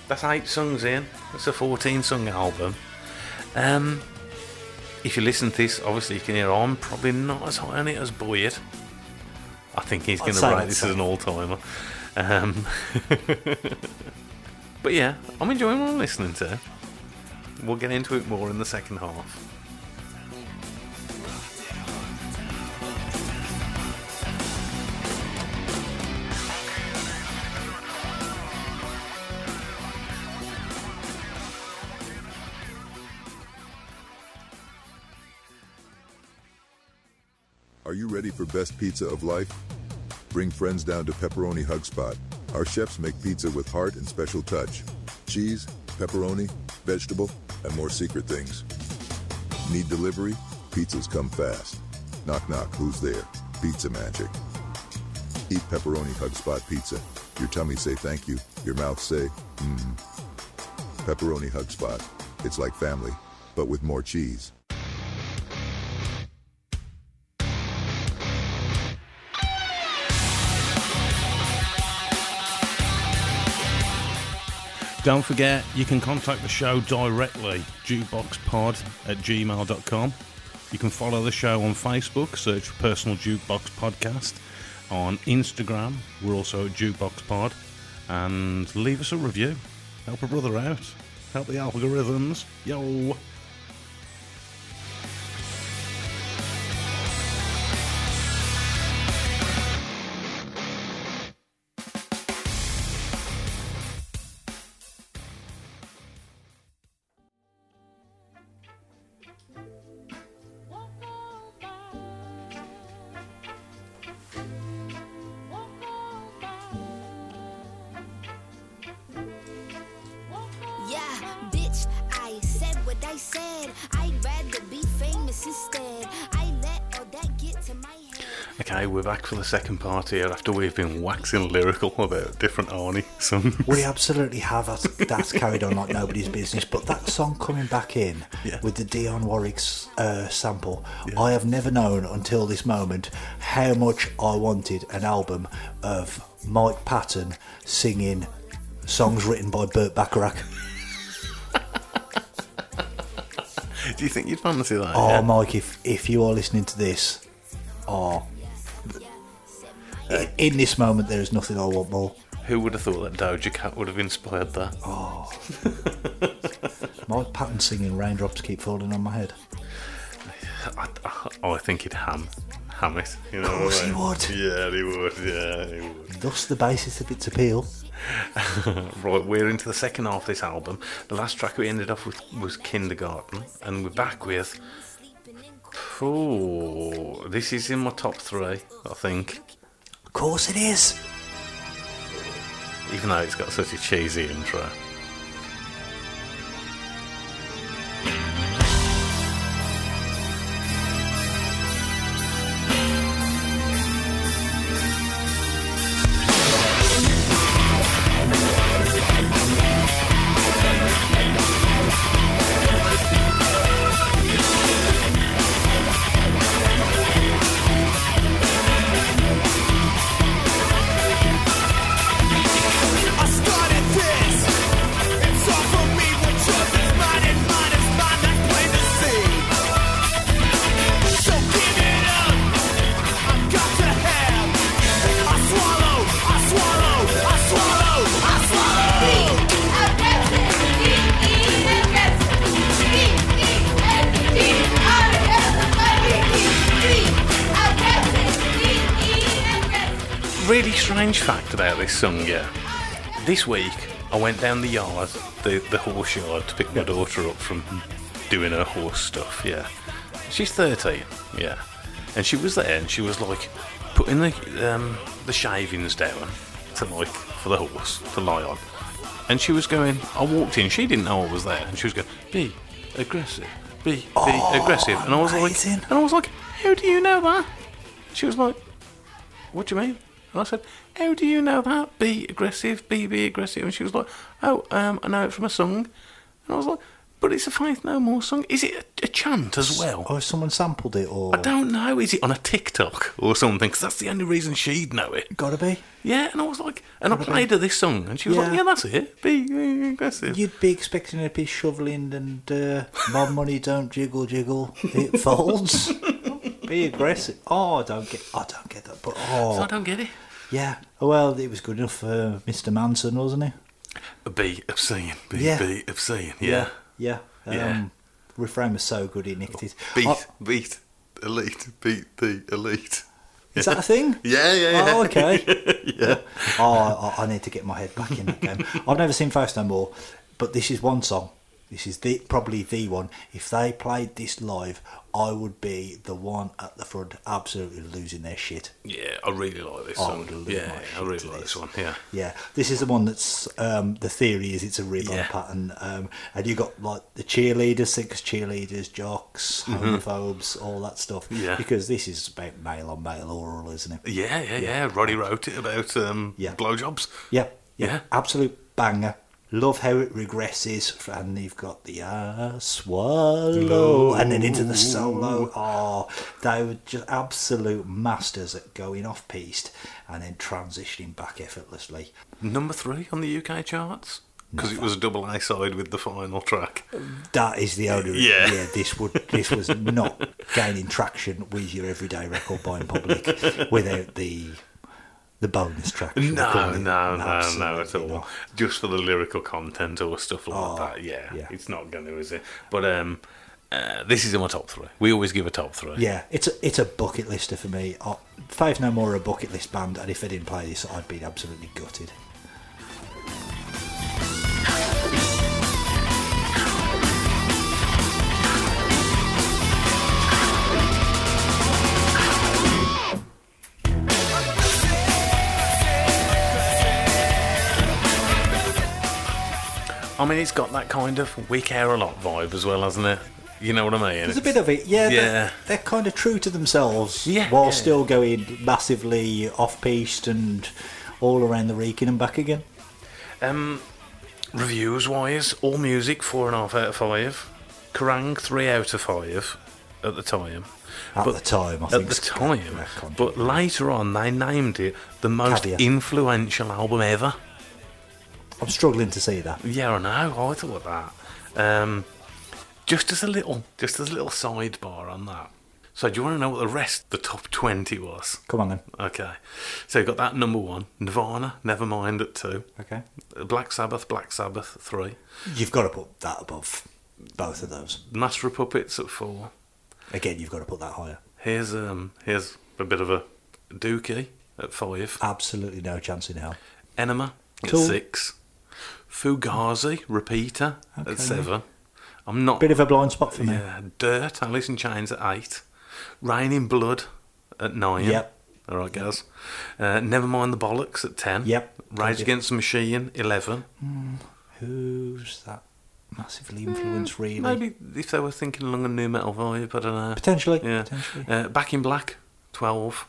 that's eight songs in. That's a 14 song album. Um, if you listen to this, obviously you can hear I'm probably not as high on it as Boyd. I think he's going to
say
write
that's
this as an all timer. Um, but yeah, I'm enjoying what I'm listening to. We'll get into it more in the second half.
Are you ready for best pizza of life? Bring friends down to Pepperoni Hug Spot. Our chefs make pizza with heart and special touch. Cheese, pepperoni, vegetable, and more secret things. Need delivery? Pizzas come fast. Knock knock, who's there? Pizza magic. Eat Pepperoni Hug Spot pizza. Your tummy say thank you, your mouth say, mmm. Pepperoni Hug Spot. It's like family, but with more cheese.
Don't forget, you can contact the show directly, jukeboxpod at gmail.com. You can follow the show on Facebook, search for Personal Jukebox Podcast. On Instagram, we're also at jukeboxpod. And leave us a review. Help a brother out. Help the algorithms. Yo!
Yeah, bitch, I said what I said. I'd rather be famous instead. I let all that get to my head.
Okay, we're back for the second part here after we've been waxing lyrical about different Arnie songs.
We absolutely have. That's, that's carried on like nobody's business. But that song coming back in
Yeah.
with the Dion Warwick's uh, sample, I have never known until this moment how much I wanted an album of Mike Patton singing songs written by Burt Bacharach.
Do you think you'd fancy that?
Oh,
yeah?
Mike, if, if you are listening to this, oh, in, in this moment, there is nothing I want more.
Who would have thought that Doja Cat would have inspired that?
Mike Patton singing Raindrops Keep Falling on My Head.
I, I, oh, I think he'd ham, ham it. You know, of
course he would.
Yeah, he would. Yeah, he would.
Thus, the basis of its appeal.
Right, we're into the second half of this album. The last track we ended off with was Kindergarten, and we're back with. Oh, this is in my top three, I think.
Of course, it is.
Even though it's got such a cheesy intro.
I started this. It's all for me. What yours is mine, and mine is mine. I claim to see. So give it up. I've got to have. I swallow. I swallow. I swallow. I swallow.
Really strange fact about this song, yeah. This week, I went down the yard, the, the horse yard, to pick my daughter up from doing her horse stuff. Yeah, she's thirteen. Yeah, and she was there, and she was like putting the um, the shavings down to like for the horse to lie on. And she was going. I walked in. She didn't know I was there, and she was going, "Be aggressive, be be aggressive." And I was
amazing.
like, "And I was like, how do you know that?" She was like, what do you mean? And I said, how do you know that? Be aggressive, be, be aggressive. And she was like, oh, um, I know it from a song. And I was like, but it's a Faith No More song. Is it a, a chant as well?
Or Oh, if someone sampled it, or
I don't know. Is it on a TikTok or something? Because that's the only reason she'd know it.
gotta be.
Yeah, and I was like, and I played her this song, and she was like,
Yeah.
yeah, that's it. Be, be aggressive.
You'd be expecting it to be shoveling and uh, my money don't jiggle jiggle, it folds. be aggressive. Oh, I don't get. I don't get that. But
So I
oh,
don't get it.
yeah. Well, it was good enough for Mr. Manson, wasn't it?
Be obscene. Be,
Yeah.
be obscene. Yeah.
Yeah. Um,
Yeah.
Refrain was so good he nicked it.
Beat,
Oh,
beat, elite, beat the elite.
is that a thing?
Yeah, yeah, yeah.
Oh, okay. Oh, I, I need to get my head back in that game. I've never seen Faust No More, but this is one song. This is the probably the one. If they played this live, I would be the one at the front, absolutely losing their shit.
Yeah, I really like this
I
song.
would lose my
Yeah, Oh, I
shit
really
to
like
this.
this one. Yeah.
Yeah, this is the one that's um, the theory is it's a rib on a
Yeah.
pattern, um, and you got like the cheerleaders, six cheerleaders, jocks, homophobes, all that stuff.
Mm-hmm. Yeah.
because this is about male on male oral, isn't it?
Yeah, yeah, yeah. Roddy wrote it about um,
Yeah.
blowjobs.
Yeah, yeah,
Yeah.
absolute banger. Love how it regresses, and you've got the ah swallow, and then into the solo. Oh, they were just absolute masters at going off piste and then transitioning back effortlessly.
Number three on the UK charts because it was a double A side with the final track.
That is the only
Yeah.
yeah this would this was not gaining traction with your everyday record buying public without the the bonus track.
No,
should I call
no,
it?
no, no, at
absolutely
all.
not.
Just for the lyrical content or stuff like
Oh,
that. Yeah,
yeah.
it's not going to, is it? But um, uh, this is in my top three. We always give a top three.
Yeah, it's a it's a bucket lister for me. Uh, Faith No More are a bucket list band, and if they didn't play this, I'd be absolutely gutted.
I mean, it's got that kind of we care a lot vibe as well, hasn't it? You know what I mean?
There's a bit of it, yeah. They're,
Yeah.
they're kind of true to themselves,
Yeah,
while
yeah.
still going massively off piste and all around the Reekin and back again.
Um, reviews wise, all music four and a half out of five. Kerrang three out of five at the time.
At
But
the time, I think
At the
it's-
time,
yeah, can't-
but later on they named it the most
Caviar.
influential album ever.
I'm struggling to see that.
Yeah, I know. I thought that. Um, just as a little, just as a little sidebar on that. So, do you want to know what the rest, the top twenty was?
Come on then.
Okay, so you've got that number one, Nirvana, Nevermind at two,
Okay.
Black Sabbath, Black Sabbath three,
You've got to put that above both of those.
Master of Puppets at four.
Again, you've got to put that higher.
Here's um here's a bit of a dookie at five.
Absolutely no chance in hell.
Enema at
Cool.
six. Fugazi repeater
Okay.
at seven. I'm not
Bit of a blind spot for me.
yeah, dirt. Alice in Chains at eight. Rain in Blood at nine.
Yep.
All right, guys. Uh, Never mind the bollocks at ten.
Yep.
Rage Against the Machine eleven.
Who's that massively influenced? Really,
Mm, Maybe if they were thinking along a new metal vibe, I don't know.
potentially.
Yeah.
Potentially.
Uh, Back in Black, 12.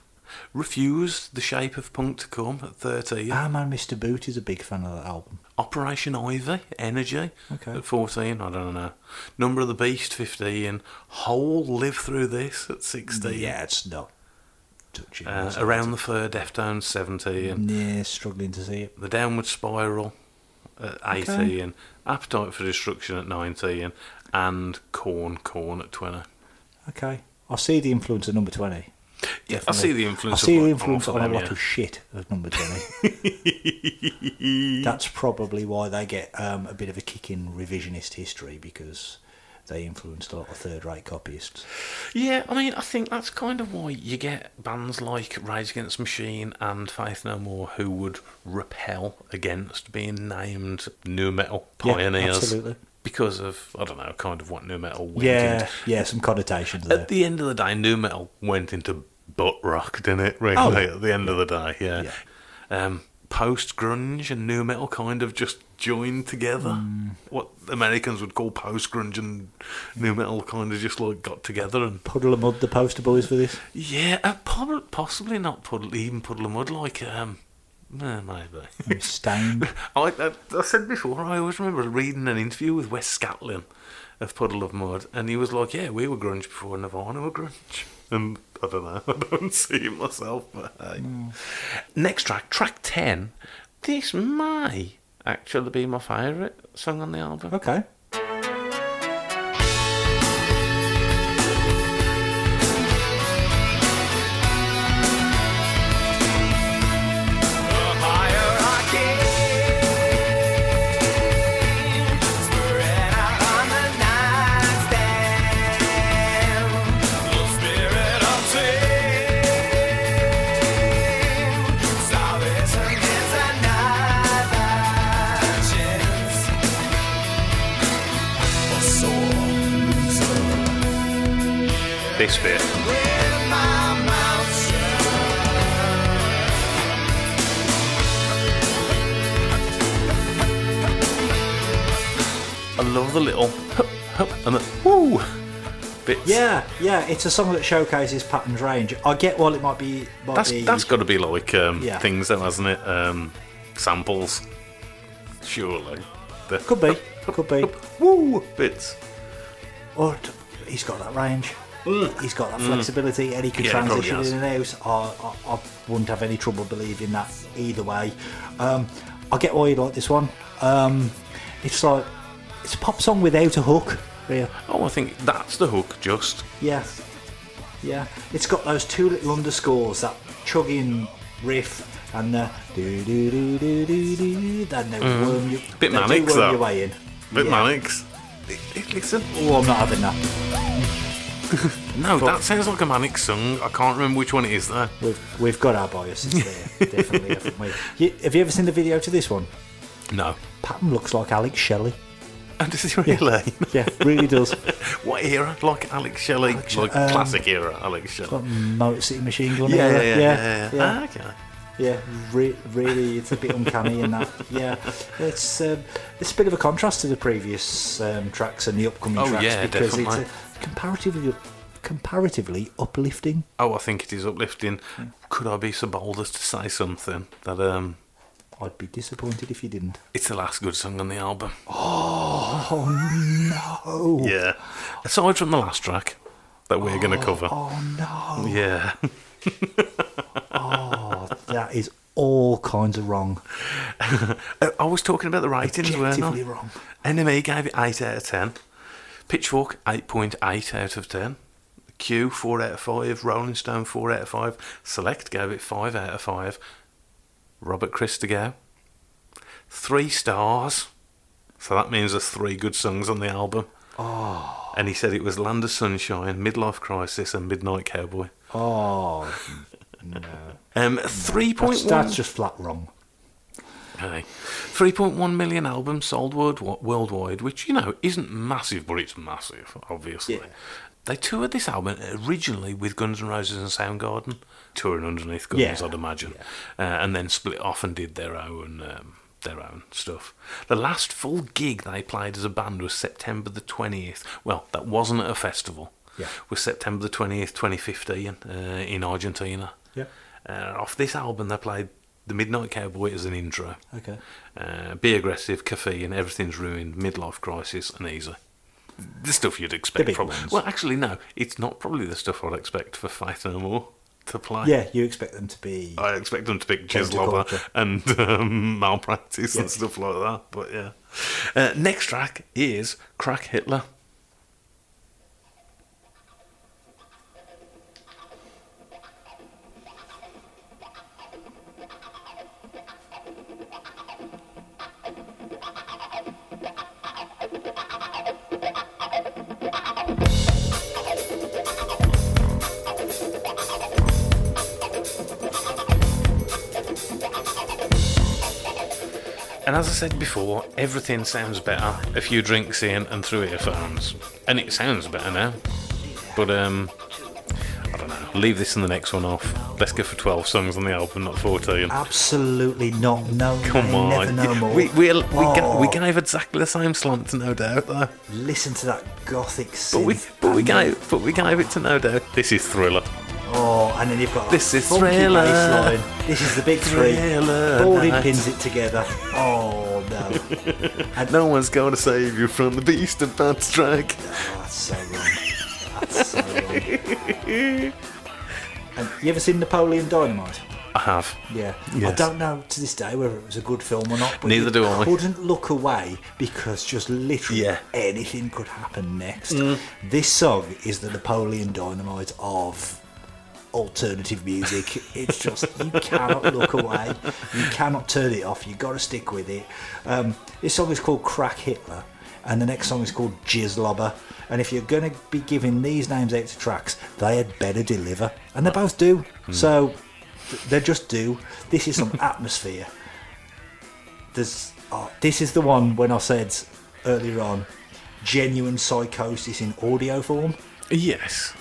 Refused The Shape of Punk to Come at 13.
Our Ah, man, Mr. Boot, is a big fan of that album.
Operation Ivy, Energy
Okay.
at 14. I don't know. Number of the Beast, 15. Hole, Live Through This at 16.
Yeah, it's not touching.
Uh,
It's not-
Around the Fur, Deftones, 17.
Yeah, struggling to see it.
The Downward Spiral at 18. Appetite for Destruction at 19. And Corn, Corn at 20.
Okay, I see the influence of number twenty.
Yeah, I see the influence
I see
of
the
like
influence
half
on a
them,
lot
yeah.
of shit of number twenty. That's probably why they get um, a bit of a kick in revisionist history because they influenced a lot of third right copyists.
Yeah, I mean, I think that's kind of why you get bands like Rage Against the Machine and Faith No More who would repel against being named new metal
Yeah,
pioneers.
absolutely.
Because of, I don't know, kind of what new metal went
yeah,
into.
yeah, some connotations there.
At the end of the day, new metal went into butt rock, didn't it? Really,
Oh.
at the end of the day, yeah. Um, post grunge and new metal kind of just joined together.
Mm.
What Americans would call post grunge and new metal kind of just like got together and
Puddle of Mud, the poster boys for this.
yeah, uh, prob- possibly not puddle, even puddle of mud like um, eh, maybe.
Stain.
I, I, I said before, I always remember reading an interview with Wes Scatlin of Puddle of Mud, and he was like, Yeah, we were grunge before Nirvana were grunge. And I don't know, I don't see it myself, but hey. Next track, track 10. This may actually be my favourite song on the album.
Okay.
This bit. I love the little hup, hup, and the whoo bits.
Yeah, yeah, it's a song that showcases Patton's range. I get while it might be. Might
That's
be
that's got to be like um,
Yeah.
things, though, hasn't it? Um, samples, surely. The
Could be, could be.
Woo bits.
Or t- he's got that range. He's got that flexibility, and he can
Mm. Yeah, he probably
transition
has.
in and out. I, I, I wouldn't have any trouble believing that either way. Um, I get why you like this one. Um, it's like it's a pop song without a hook. Yeah,
Oh, I think that's the hook. Just
yeah, yeah. It's got those two little underscores, that chugging riff, and the do do do do do do. Then they worm you.
Mm-hmm. Bit
they do
manic,
worm
that.
your way in.
bit
Yeah.
Mannix. Listen,
Oh, I'm not having that.
no, that sounds like a Mannix song. I can't remember which one it is though.
We've, we've got our biases there, definitely, haven't we? You, have you ever seen the video to this one?
No,
Patton looks like Alex Shelley.
and is it really?
Yeah, really does.
what era? Like Alex Shelley, like
um,
classic era Alex Shelley.
Motor City Machine Gun.
Yeah, yeah,
era.
yeah, yeah, yeah.
yeah.
Ah, okay.
yeah, re- really, it's a bit uncanny in that. Yeah, it's um, it's a bit of a contrast to the previous um, tracks and the upcoming
Oh,
tracks
yeah,
because
definitely.
it's a comparatively comparatively uplifting.
Oh, I think it is uplifting. Could I be so bold as to say something that um,
I'd be disappointed if you didn't.
it's the last good song on the album?
Oh
Yeah. Aside from the last track that we're going to cover.
Oh. no,
Yeah.
that is all kinds of wrong.
Uh, I- I was talking about the ratings, weren't I?
Objectively wrong.
NME gave it 8 out of 10. Pitchfork, 8.8 out of 10. Q, 4 out of 5. Rolling Stone, 4 out of 5. Select gave it 5 out of 5. Robert Christgau, 3 stars. So that means there's 3 good songs on the album. Oh. And he said it was Land of Sunshine, Midlife Crisis, and Midnight Cowboy.
Oh no,
Um, 3.1.
that's, that's just flat wrong.
Okay. 3.1 million albums sold world, worldwide, which, you know, isn't massive, but it's massive, obviously.
Yeah.
They toured this album originally with Guns N' Roses and Soundgarden, touring underneath Guns,
Yeah.
I'd imagine, uh, and then split off and did their own. Um, their own stuff. The last full gig they played as a band was September the 20th. Well, that wasn't at a festival.
Yeah.
Was September the 20th, 2015, uh, in Argentina.
Yeah.
Uh, off this album, they played The Midnight Cowboy as an intro.
Okay.
Uh, be aggressive, caffeine, everything's ruined, midlife crisis, and easy. The stuff you'd expect
big
from.
ones.
Well, actually, no, it's not probably the stuff I'd expect for Faith No More to play.
Yeah, you expect them to be.
I expect them to pick
Change the
Chislobber
culture.
and um, malpractice
Yeah.
and stuff like that, but yeah. Uh, next track is Crack Hitler. And as I said before, everything sounds better a few drinks in and through earphones. And it sounds better now. But, um, I don't know. Leave this and the next one off. Let's go for 12 songs on the album, not 14.
Absolutely not. No,
Come
they
on.
Ah, never know more.
We, we, we, ga- we
Oh,
gave exactly the same slant to No Doubt, though.
listen to that gothic.
But we,
synth
but we
and-
gave, but we gave it to No Doubt. This is Thriller.
Oh, and then you've got that
This is
funky
Thriller.
bass line. This is the big three.
Thriller
Balding
night.
pins it together. Oh no,
No one's going to save you from the beast of Bad Strike.
that's so wrong. That's so wrong. And you ever seen Napoleon Dynamite?
I have.
Yeah. I
Yes.
don't know to this day whether it was a good film or not. But
Neither
you
do I.
Couldn't look away because just literally
Yeah.
anything could happen next. This song is the Napoleon Dynamite of alternative music. it's just you cannot look away. You cannot turn it off. You got to stick with it. Um, this song is called Crack Hitler. And the next song is called Jizz Lobber. And if you're going to be giving these names out to tracks, they had better deliver. And they both do. So they just do. This is some atmosphere. There's, oh, this is the one when I said earlier on, genuine psychosis in audio form.
Yes.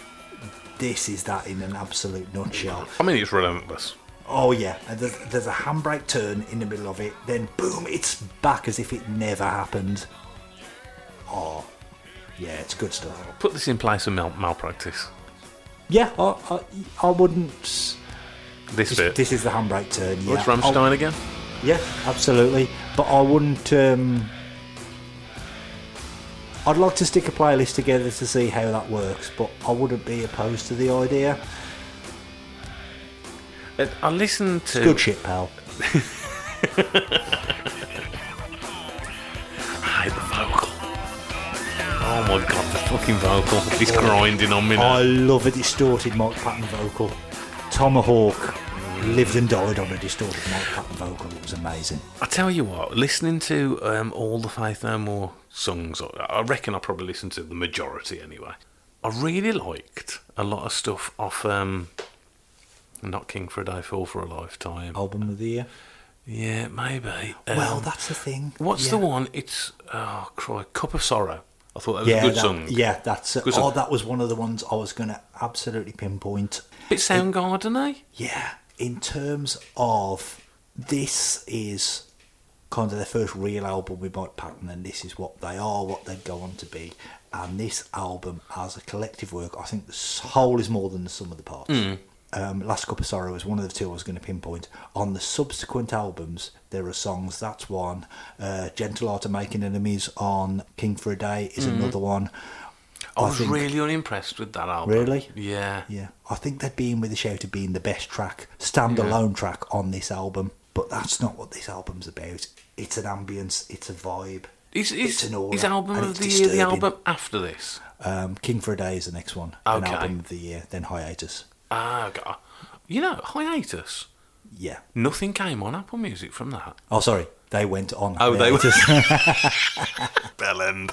This is that in an absolute nutshell.
I mean, it's relentless.
Oh yeah, and there's, there's a handbrake turn in the middle of it. Then boom, it's back as if it never happened. Oh, yeah, it's good stuff.
Put this in place of mal- malpractice.
Yeah, I, I, I wouldn't.
This
This,
bit.
this is the handbrake turn. Yeah, Oh.
What's
I-
Rammstein again?
Yeah, absolutely. But I wouldn't. Um, I'd like to stick a playlist together to see how that works, but I wouldn't be opposed to the idea.
Uh, I listened to.
Good shit, pal.
I hate the vocal. Oh my god, the fucking vocal. It's grinding on me now.
I love a distorted Mike Patton vocal. Tomahawk lived and died on a distorted Mike Patton vocal. It was amazing.
I tell you what, listening to um, all the Faith No More songs, I I reckon I probably listened to the majority anyway. I really liked a lot of stuff off um, Not King for a Day, Fall for a Lifetime.
Album of the year.
Yeah, maybe.
Oh. well,
Um,
that's the thing.
What's
Yeah.
the one? It's oh, cry, cup of sorrow. I thought that was
Yeah,
a good
that,
song.
yeah, that's.
Good
oh,
song.
that was one of the ones I was going to absolutely pinpoint.
bit Soundgarden, eh?
Yeah, in terms of this is kind of their first real album with Mike Patton, and this is what they are, what they go on to be. And this album, as a collective work, I think the whole is more than the sum of the parts.
Hmm.
Um, Last Cup of Sorrow is one of the two I was going to pinpoint. On the subsequent albums, there are songs. That's one. Uh, Gentle Art of Making Enemies on King for a Day is another one.
Hmm. I, was really unimpressed with that album.
Really?
Yeah.
Yeah, I think they'd be in with a shout of being the best track, standalone track on this album, but that's not what this album's about. It's an ambience, it's a vibe.
Is, is,
It's an aura,
is album
and
of
it's
the year the
disturbing.
album after this?
Um, King for a Day is the next one, an
Okay.
album of the year, then Hiatus.
Ah, God. you know, hiatus.
Yeah.
Nothing came on Apple Music from that.
Oh, sorry, they went on.
Oh, they
hiatus.
Bell end.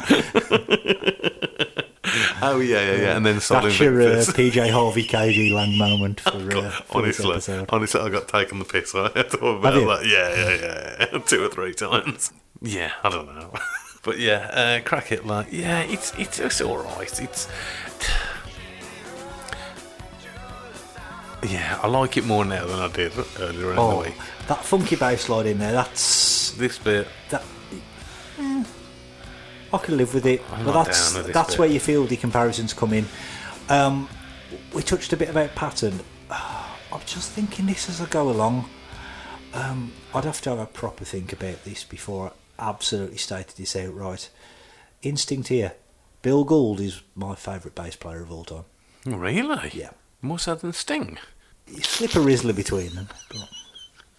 oh yeah, yeah, yeah. And then Solid
That's your uh,
Invictus.
PJ Harvey KG Lang moment for, uh, for this
honestly,
episode.
honestly, I got taken the piss. I had to worry about
Have you?
that. Yeah, yeah, yeah. Two or three times. Yeah, I don't know. but yeah, uh, crack it like yeah, it's it's, it's all right. It's yeah, I like it more now than I did earlier in the
Oh,
week.
that funky bass slide in there, that's.
This bit,
that eh, I can live with it.
I'm
but
not
that's
down with this
that's
bit.
where you feel the comparisons come in. Um, we touched a bit about pattern. I'm just thinking this as I go along. Um, I'd have to have a proper think about this before I absolutely stated this outright. Instinct here. Bill Gould is my favourite bass player of all time.
really,
Yeah.
more so than Sting.
You slip a Rizzler between them. but,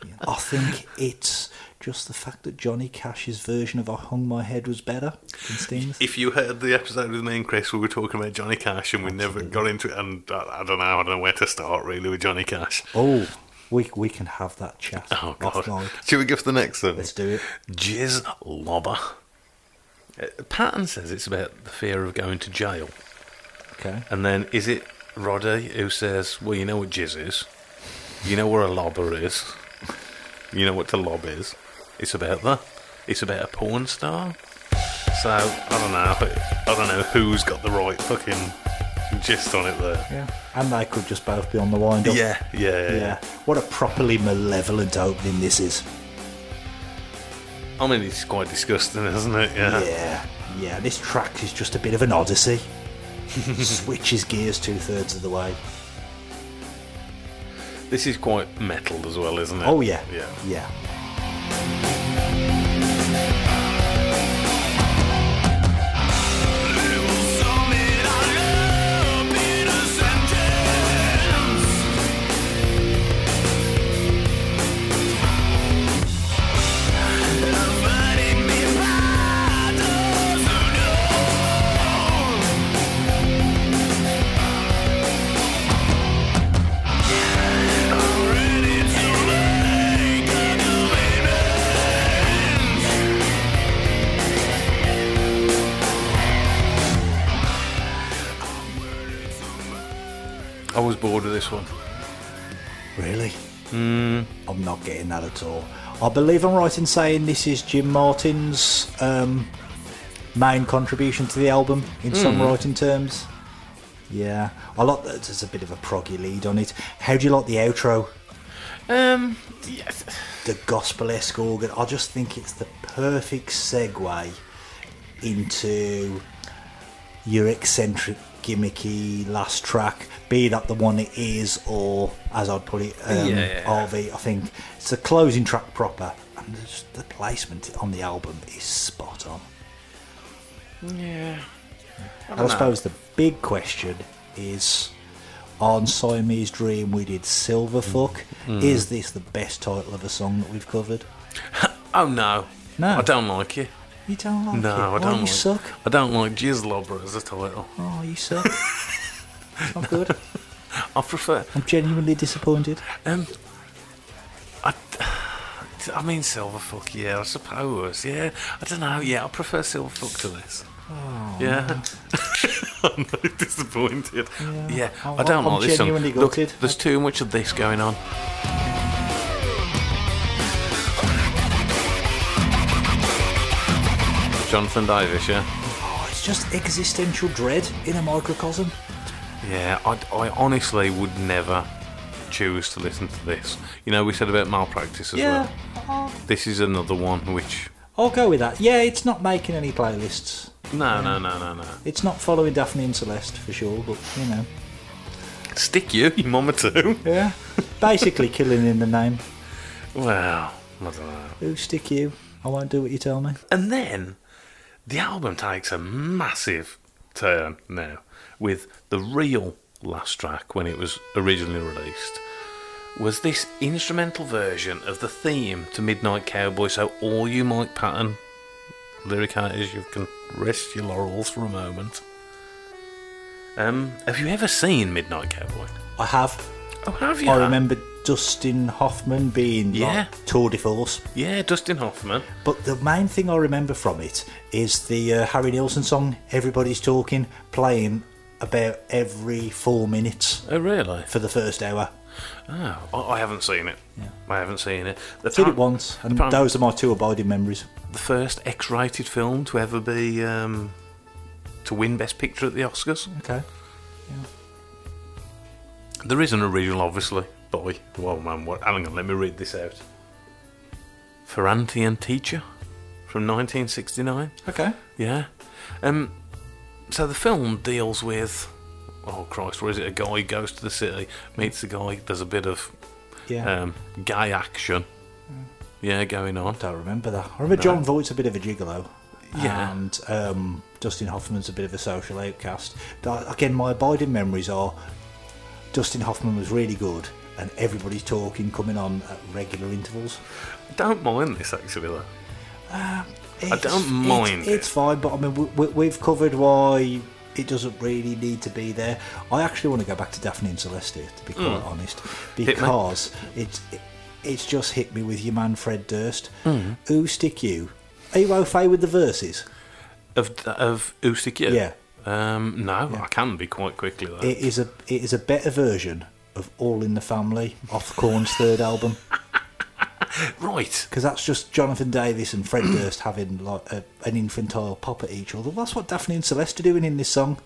yeah. I think it's just the fact that Johnny Cash's version of I Hung My Head was better than Sting's.
If you heard the episode with me and Chris, we were talking about Johnny Cash, and we never got into it. And I, I don't know, I don't know where to start really with Johnny Cash.
Oh, we we can have that chat.
Oh god!
offline.
Should we go for the next one?
Let's do it.
Jizz lobber. Uh, Patton says it's about the fear of going to jail,
Okay.
and then is it Roddy who says, "Well, you know what jizz is, you know where a lobber is, you know what to lob is." It's about that. it's about a porn star. So I don't know. but I don't know who's got the right fucking gist on it there.
Yeah. And they could just both be on the wind up.
Yeah, yeah, yeah.
Yeah. What a properly malevolent opening this is.
I mean, it's quite disgusting, isn't it? Yeah.
Yeah. Yeah. This track is just a bit of an odyssey. Switches gears two thirds of the way.
This is quite metal as well, isn't it?
Oh yeah.
Uh, Yeah.
Yeah.
I was bored with this one.
Really? I'm not getting that at all. I believe I'm right in saying this is Jim Martin's um, main contribution to the album in
Hmm.
songwriting terms. Yeah, I like that there's a bit of a proggy lead on it. How do you like the outro?
Um, yes.
The gospel esque organ. I just think it's the perfect segue into your eccentric, gimmicky last track, be that the one it is, or as I'd put it, um,
Yeah, yeah, yeah.
RV. I think it's the closing track proper, and just the placement on the album is spot on. Yeah. I, suppose the big question is on Siamese Dream, we did Silver Fuck. Is this the best title of a song that we've covered?
Oh no.
No.
I don't like you.
You don't like
No,
it?
I
Oh,
don't.
you
like,
suck.
I don't like Jizz Lobber as a title.
Oh, you suck. It's not good.
I prefer.
I'm genuinely disappointed.
Um, I, I mean Silverfuck. Yeah, I suppose. Yeah, I don't know. Yeah, I prefer Silverfuck to this. yeah, Oh, I'm like, disappointed.
Yeah.
Yeah,
I'm-
I don't
I'm
like this song.
genuinely
Look,
gutted.
there's too much of this going on. Jonathan Davis, yeah.
Oh, it's just existential dread in a microcosm.
Yeah, I, I honestly would never choose to listen to this. You know, we said about malpractice as
Yeah.
well. This is another one which.
I'll go with that. Yeah, it's not making any playlists.
No, no, no, no, no.
It's not following Daphne and Celeste for sure, but you know.
Stick you, you mama too.
Yeah. Basically, killing in the name.
Well, I don't know.
Who stick you? I won't do what you tell me.
And then the album takes a massive turn now with the real last track when it was originally released. Was this instrumental version of the theme to Midnight Cowboy? So, all you Mike Patton lyric artists, you can rest your laurels for a moment. Um, have you ever seen Midnight Cowboy?
I have.
Oh, have you?
I remember Dustin Hoffman being
Yeah.
like tour de force.
Yeah, Dustin Hoffman.
But the main thing I remember from it is the uh, Harry Nilsson song "Everybody's Talking" playing about every four minutes
Oh, really?
for the first hour.
Oh, I, I haven't seen it. I haven't seen it. The
Did it
time-
once, and
Apparently-
those are my two abiding memories.
the first X-rated film to ever be um, to win Best Picture at the Oscars.
Okay.
There is an original, obviously. Boy, well, man, what? Hang on, let me read this out. For Auntie and Teacher from 1969.
Okay.
Yeah. Um. So the film deals with. Oh Christ! Where is it? A guy goes to the city, meets the guy. There's a bit of
Yeah. Mm.
um, gay action. Yeah, going on.
don't remember that. I remember John Voight's a bit of a gigolo.
Yeah.
And um, Dustin Hoffman's a bit of a social outcast. That, again, my abiding memories are Dustin Hoffman was really good and everybody's talking, coming on at regular intervals.
Don't mind this actually. Though.
It's-
don't
it's-
mind
It's,
it.
fine, but I mean, we, we, we've covered why it doesn't really need to be there. I actually want to go back to Daphne and Celeste, to be quite
Hmm.
honest, because it's it, it's just hit me with your man Fred Durst.
Hmm.
Who stick you? Are you au fait with the verses?
Of of Usyk,
Yeah.
Um, no, I can be quite quickly though.
It is a it is a better version of All in the Family off Corn's third album.
Right.
Because that's just Jonathan Davis and Fred Durst having like a, an infantile pop at each other. That's what Daphne and Celeste are doing in this song,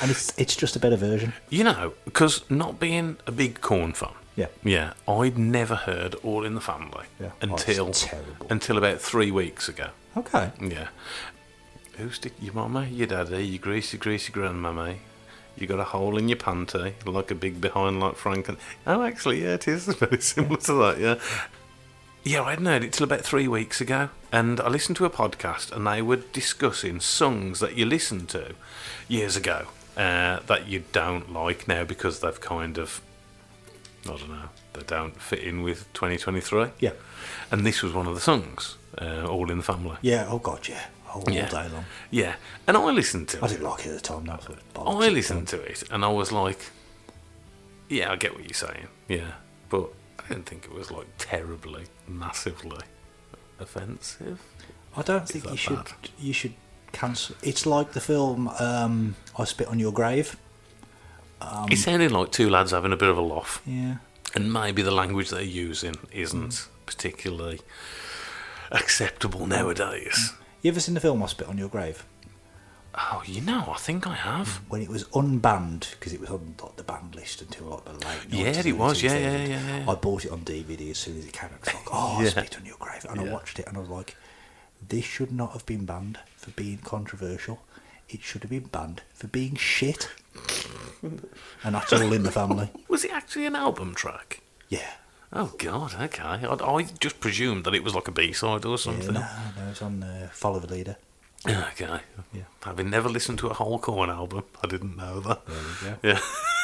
and it's it's just a better version.
You know, because not being a big corn fan.
Yeah.
Yeah, I'd never heard All in the Family
Yeah. Oh, it's
until
terrible.
until about three weeks ago.
Okay,
Yeah. Who's the, your mama, your daddy, your greasy, greasy grandmammy? You got a hole in your panty, like a big behind like Franken. Oh, actually, yeah, it is very similar to that, yeah. Yeah, I hadn't heard it till about three weeks ago, and I listened to a podcast, and they were discussing songs that you listened to years ago uh, that you don't like now because they've kind of, I don't know, they don't fit in with 2023.
yeah,
And this was one of the songs, uh, All in the Family.
yeah. Oh god, yeah, all, all
Yeah.
day long.
Yeah, and I listened to
I
it.
didn't like it at the time. That's what bollocks
I
it
listened
was.
to it, and I was like, "Yeah, I get what you're saying. Yeah, but I didn't think it was like terribly, massively offensive."
I don't think
that
you should.
bad?
You should cancel. It's like the film um, "I Spit on Your Grave." Um,
it sounded like two lads having a bit of a laugh,
Yeah.
and maybe the language they're using isn't particularly acceptable nowadays.
You ever seen the film "I Spit on Your Grave"?
Oh, you know, I think I have.
when it was unbanned because it was on like, the banned list until like the late.
Yeah,
90s,
it was. Yeah,
2000.
yeah, yeah, yeah.
I bought it on DVD as soon as it came out. 'cause I was like, oh, I spit on your grave, and I watched it, and I was like, this should not have been banned for being controversial. It should have been banned for being shit. and that's all in the family.
Was it actually an album track?
Yeah.
Oh God, okay. I, I just presumed that it was like a B-side or
yeah
something.
no, no, it's on uh, Follow the Leader.
Okay.
Yeah.
Having never listened to a whole Corn album, I didn't know that.
There
Yeah.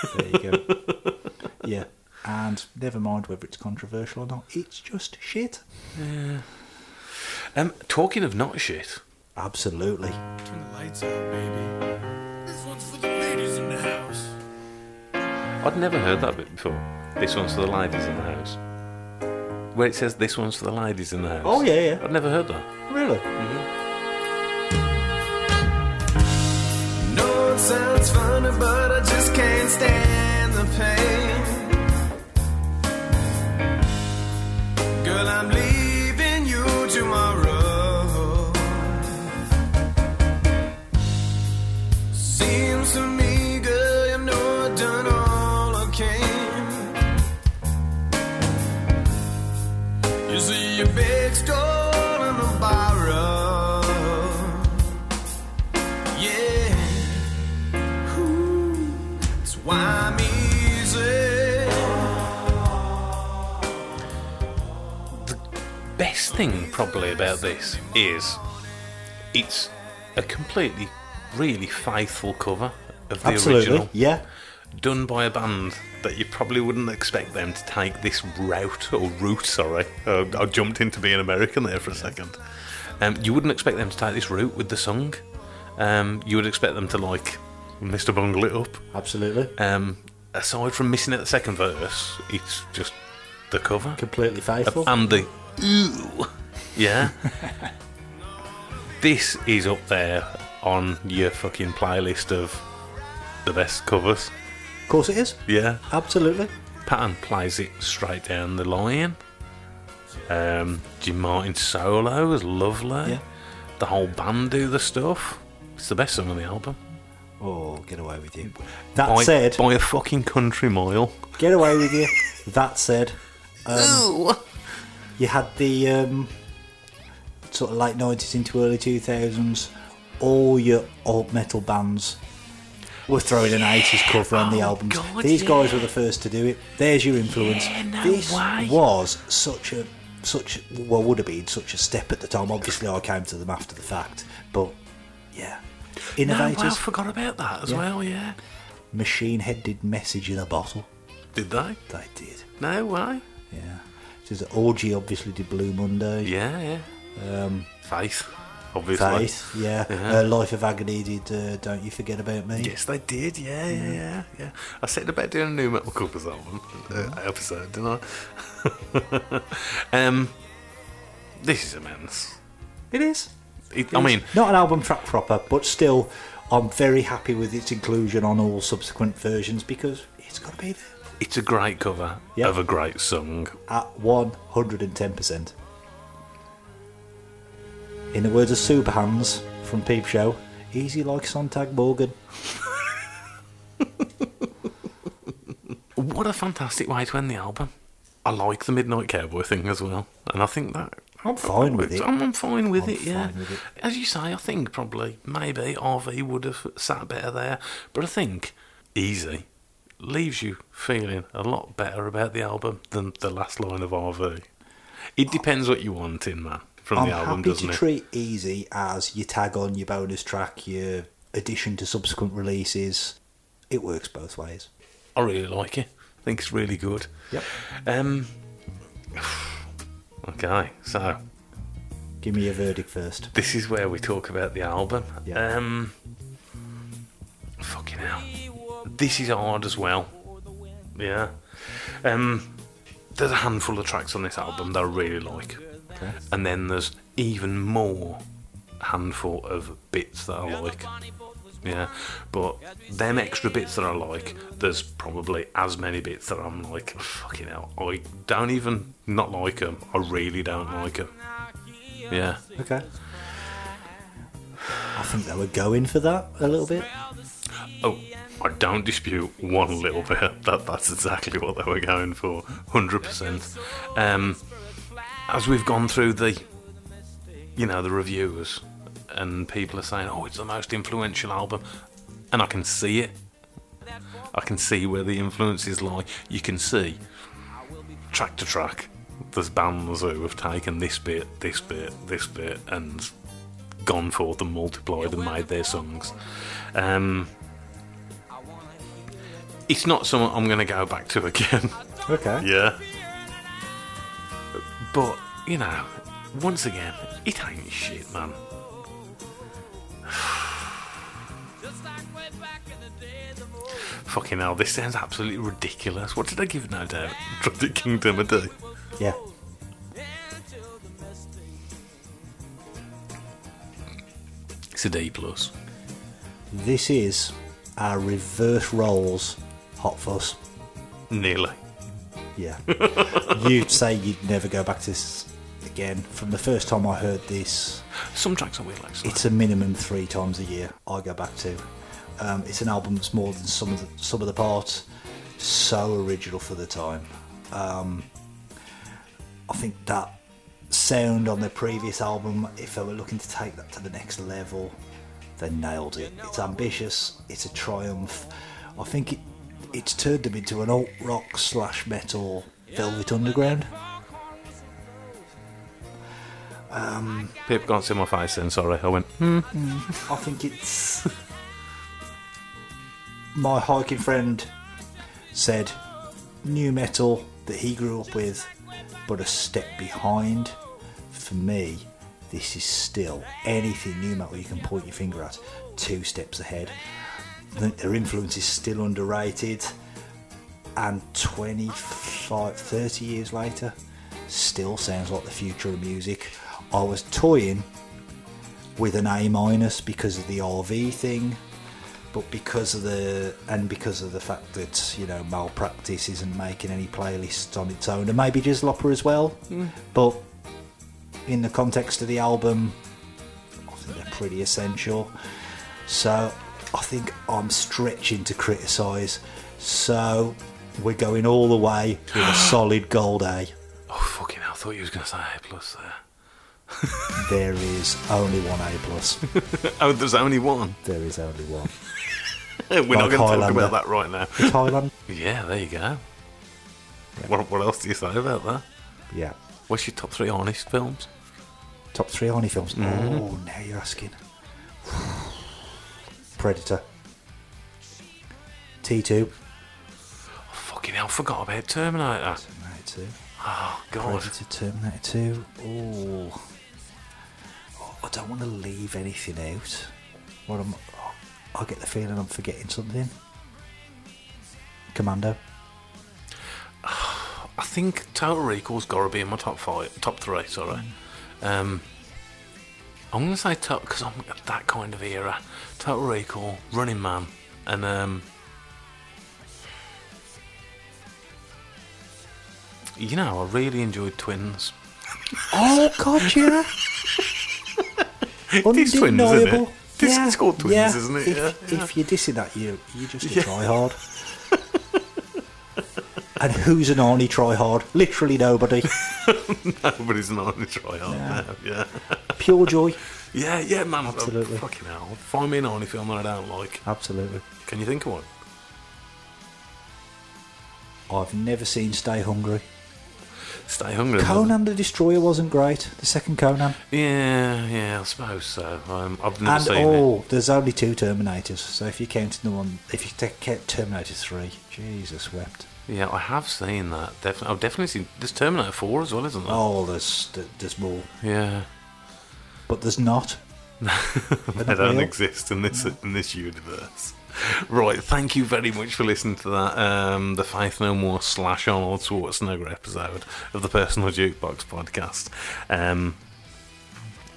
you go. There you go. yeah. And never mind whether it's controversial or not, it's just shit.
Um, talking of not shit,
Absolutely.
Turn the lights out, baby. This one's for the ladies in the house.
I'd never heard that bit before. This one's for the ladies in the house. Where it says this one's for the ladies in the house.
Oh, yeah, yeah.
I'd never heard that.
Really?
No, it sounds funny, but I just can't stand the pain. Girl, I'm leaving you tomorrow. Seems to me, girl, you know I've done all I can. You see, your big store in the borrow. Yeah. Ooh, That's why I'm easy.
Best thing probably about this is it's a completely, really faithful cover of the
Absolutely.
original,
Yeah.
done by a band that you probably wouldn't expect them to take this route or route. Sorry, uh, I jumped into being American there for a second. Um, you wouldn't expect them to take this route with the song. Um, you would expect them to like Mr. Bungle it up.
Absolutely.
Um, aside from missing out the second verse, it's just the cover
Completely faithful.
and the ooh, yeah. this is up there on your fucking playlist of the best covers.
of course it is.
Yeah,
Absolutely.
Patton plays it straight down the line. Um, Jim Martin solo is lovely.
Yeah.
The whole band do the stuff. It's the best song on the album.
Oh, get away with you. That
by,
said,
by a fucking country mile.
get away with you. That said, um, you had the um, sort of late 90s into early 2000s, all your old metal bands were throwing an 80s cover on the albums.
Oh, God,
These guys were the first to do it. There's your influence. this
way.
was such a such well would have been such a step at the time. Obviously, I came to them after the fact, but yeah,
No, wow, I
innovators,
forgot about that as well. Yeah,
machine head did message in a bottle.
did they?
They did,
No way.
yeah. This is orgy. Obviously, did Blue Monday.
Yeah, yeah.
Um,
Faith, obviously.
Faith, yeah. Uh, Life of Agony did uh, Don't You Forget About Me.
Yes, they did. Yeah, yeah, yeah, yeah. I said about doing a new metal covers album uh,
Mm-hmm.
episode, didn't I? um, this is immense.
It is.
It, I mean,
not an album track proper, but still, I'm very happy with its inclusion on all subsequent versions because it's got to be there.
It's a great cover
Yeah.
of a great song.
at 110%. In the words of Superhands from Peep Show, easy like Sontag Morgan.
What a fantastic way to end the album. I like the Midnight Cowboy thing as well, and I think that
I'm fine with it.
I'm, I'm fine with
I'm
it. yeah,
fine with it.
as you say, I think probably maybe RV would have sat better there, but I think Easy leaves you feeling a lot better about the album than the last line of RV. It depends what you want in man from
I'm
the album,
happy
doesn't
to
it?
treat Easy as your tag on, your bonus track, your addition to subsequent releases. It works both ways.
I really like it. I think it's really good.
Yep.
Um. Okay, so
Give me your verdict first.
this is where we talk about the album.
Yeah.
Um, fucking hell. This is hard as well. Yeah. Um, there's a handful of tracks on this album that I really like. And then there's even more handful of bits that I like. Yeah. But them extra bits that I like, there's probably as many bits that I'm like, fucking hell, I don't even not like them. I really don't like them. Yeah.
Okay. I think they were going for that a little bit.
Oh, I don't dispute one little bit. That that's exactly what they were going for, hundred percent. Um, as we've gone through the, you know, the reviews, and people are saying, "Oh, it's the most influential album," and I can see it. I can see where the influences lie. You can see track to track. There's bands who have taken this bit, this bit, this bit, and gone forth and multiplied and made their songs. Um, it's not something I'm going to go back to again.
Okay.
yeah. But, you know, once again, it ain't shit, man. Fucking hell, this sounds absolutely ridiculous. What did I give No Doubt? Drastic Kingdom a day.
Yeah.
It's a D plus.
This is our reverse rolls hot fuss.
Nearly.
Yeah. you'd say you'd never go back to this again. From the first time I heard this,
Some tracks are weird like that.
it's a minimum three times a year I go back to. Um, it's an album that's more than some of the, some of the parts. So original for the time. Um, I think that sound on their previous album, if they were looking to take that to the next level, they nailed it. It's ambitious. It's a triumph. I think it it's turned them into an alt rock slash metal Velvet Underground.
People can't see my face then, sorry. I went, hmm.
I think it's my hiking friend said new metal that he grew up with, but a step behind. For me, this is still anything new metal you can point your finger at, two steps ahead. I think Their influence is still underrated, and 25, 30 years later, still sounds like the future of music. I was toying with an A minus because of the RV thing, but because of the and because of the fact that you know malpractice isn't making any playlists on its own, and maybe Jizzle Opera as well. But in the context of the album, I think they're pretty essential. So I think I'm stretching to criticise. So we're going all the way with a solid gold A.
Oh, fucking hell, I thought you was going to say A plus there.
There is only one A plus.
Oh, there's only one.
There is only one.
We're not
Like
going to talk
Highlander.
about that right now.
Thailand.
Yeah, there you go. What, what else do you say about that?
Yeah.
What's your top three honest films?
Top three Arnie films. Oh, now you're asking. Predator. T2.
Oh, fucking hell, forgot about Terminator.
Terminator 2.
Oh, God.
Predator, Terminator 2. Ooh. Oh, I don't want to leave anything out. What am oh, I get the feeling I'm forgetting something. Commando.
I think Total Recall's got to be in my top five, top three, sorry. Um, I'm going to say top, because I'm at that kind of era. Total Recall, Running Man, and um, You know, I really enjoyed Twins.
Oh God, yeah.
It is Twins, isn't it?
Undeniable.
This
yeah.
is called Twins,
yeah.
isn't it?
If,
Yeah.
if you're dissing that, you you're just a
Yeah.
tryhard. and who's an Arnie tryhard? Literally nobody.
Nobody's not on try hard now. Yeah.
Pure joy.
Yeah, yeah, man. Absolutely.
Absolutely.
Fucking hell. Find me an Arnie film that I don't like.
Absolutely.
Can you think of one?
I've never seen Stay Hungry.
Stay hungry.
Conan the Destroyer wasn't great. The second Conan.
Yeah, yeah, I suppose so. Um, I've never
And
seen it.
oh, there's only two Terminators. So if you count the one, if you take count Terminator three, Jesus wept.
Yeah, I have seen that. Definitely, I've definitely seen. There's Terminator Four as well, isn't there?
Oh, there's there- there's more,
Yeah,
but there's not.
they don't exist in this in this universe. Right, thank you very much for listening to that. Um, the Faith No More slash Arnold Schwarzenegger episode of the Personal Jukebox podcast. Um,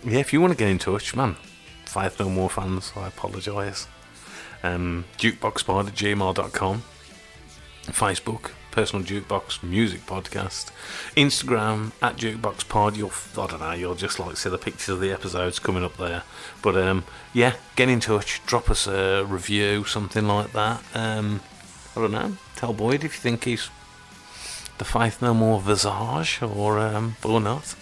yeah, if you want to get in touch, man, Faith No More fans, I apologise. Um, jukeboxpod at gmail.com. Facebook, Personal Jukebox Music Podcast, Instagram at Jukebox Pod. You'll, I don't know, you'll just like see the pictures of the episodes coming up there. But um, yeah, get in touch, drop us a review, something like that. Um, I don't know, tell Boyd if you think he's the Faith No More visage or um, or not.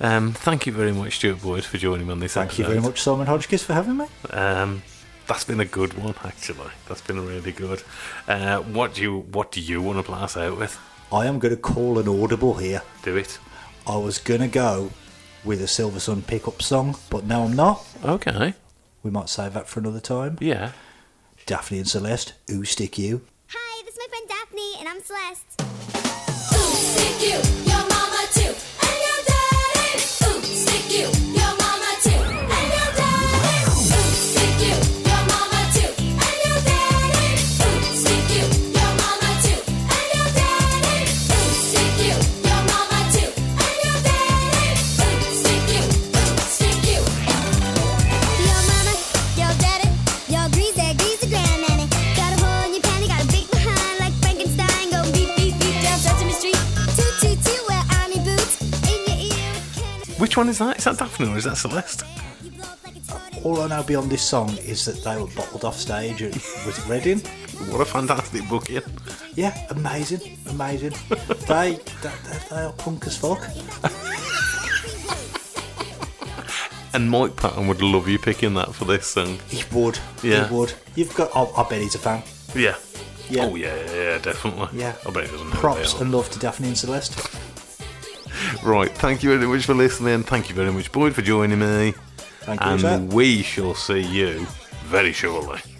Um, thank you very much, Stuart Boyd, for joining me on this
Thank
episode.
you very much, Simon Hodgkiss, for having me.
Um, that's been a good one, actually. That's been really good. Uh, what do you What do you want to play us out with?
I am going to call an audible here.
Do it.
I was going to go with a Silver Sun pickup song, but now I'm not.
Okay.
We might save that for another time.
Yeah.
Daphne and Celeste, Ooh Stick You.
Hi, this is my friend Daphne, and I'm Celeste.
Ooh, stick you, your mama too, and your daddy. Ooh, stick you, your mama too, and your daddy. Ooh, stick you, your mama too, and your daddy. Ooh, stick you, your mama too, and your daddy. Ooh, stick you, your mama too, and your daddy. Ooh, stick you, stick you.
Yo mama, yo daddy, yo greasy, greasy grandnanny. Got a hole in your panty, got a big behind like Frankenstein. Go beep, beep, beep down Sesame Street. Toot, toot, toot, wear army boots. In your ear with candy.
Which one is that? Is that Daphne or is that Celeste?
You blow up like a toad in
All I know beyond this song is that they were bottled off stage at was it Reading.
What a fantastic booking.
Yeah, amazing, amazing. they, they, they, they are punk as fuck.
And Mike Patton would love you picking that for this song.
He would,
Yeah.
he would. You've got, oh, I bet he's a fan.
Yeah.
Yeah.
Oh yeah, yeah, yeah, definitely.
Yeah.
I bet he doesn't know who
Props
they are.
and love to Daphne and Celeste.
Right. Thank you very much for listening. Thank you very much, Boyd, for joining me.
Thank you,
and
sir.
we shall see you very shortly.
Oh, Oh,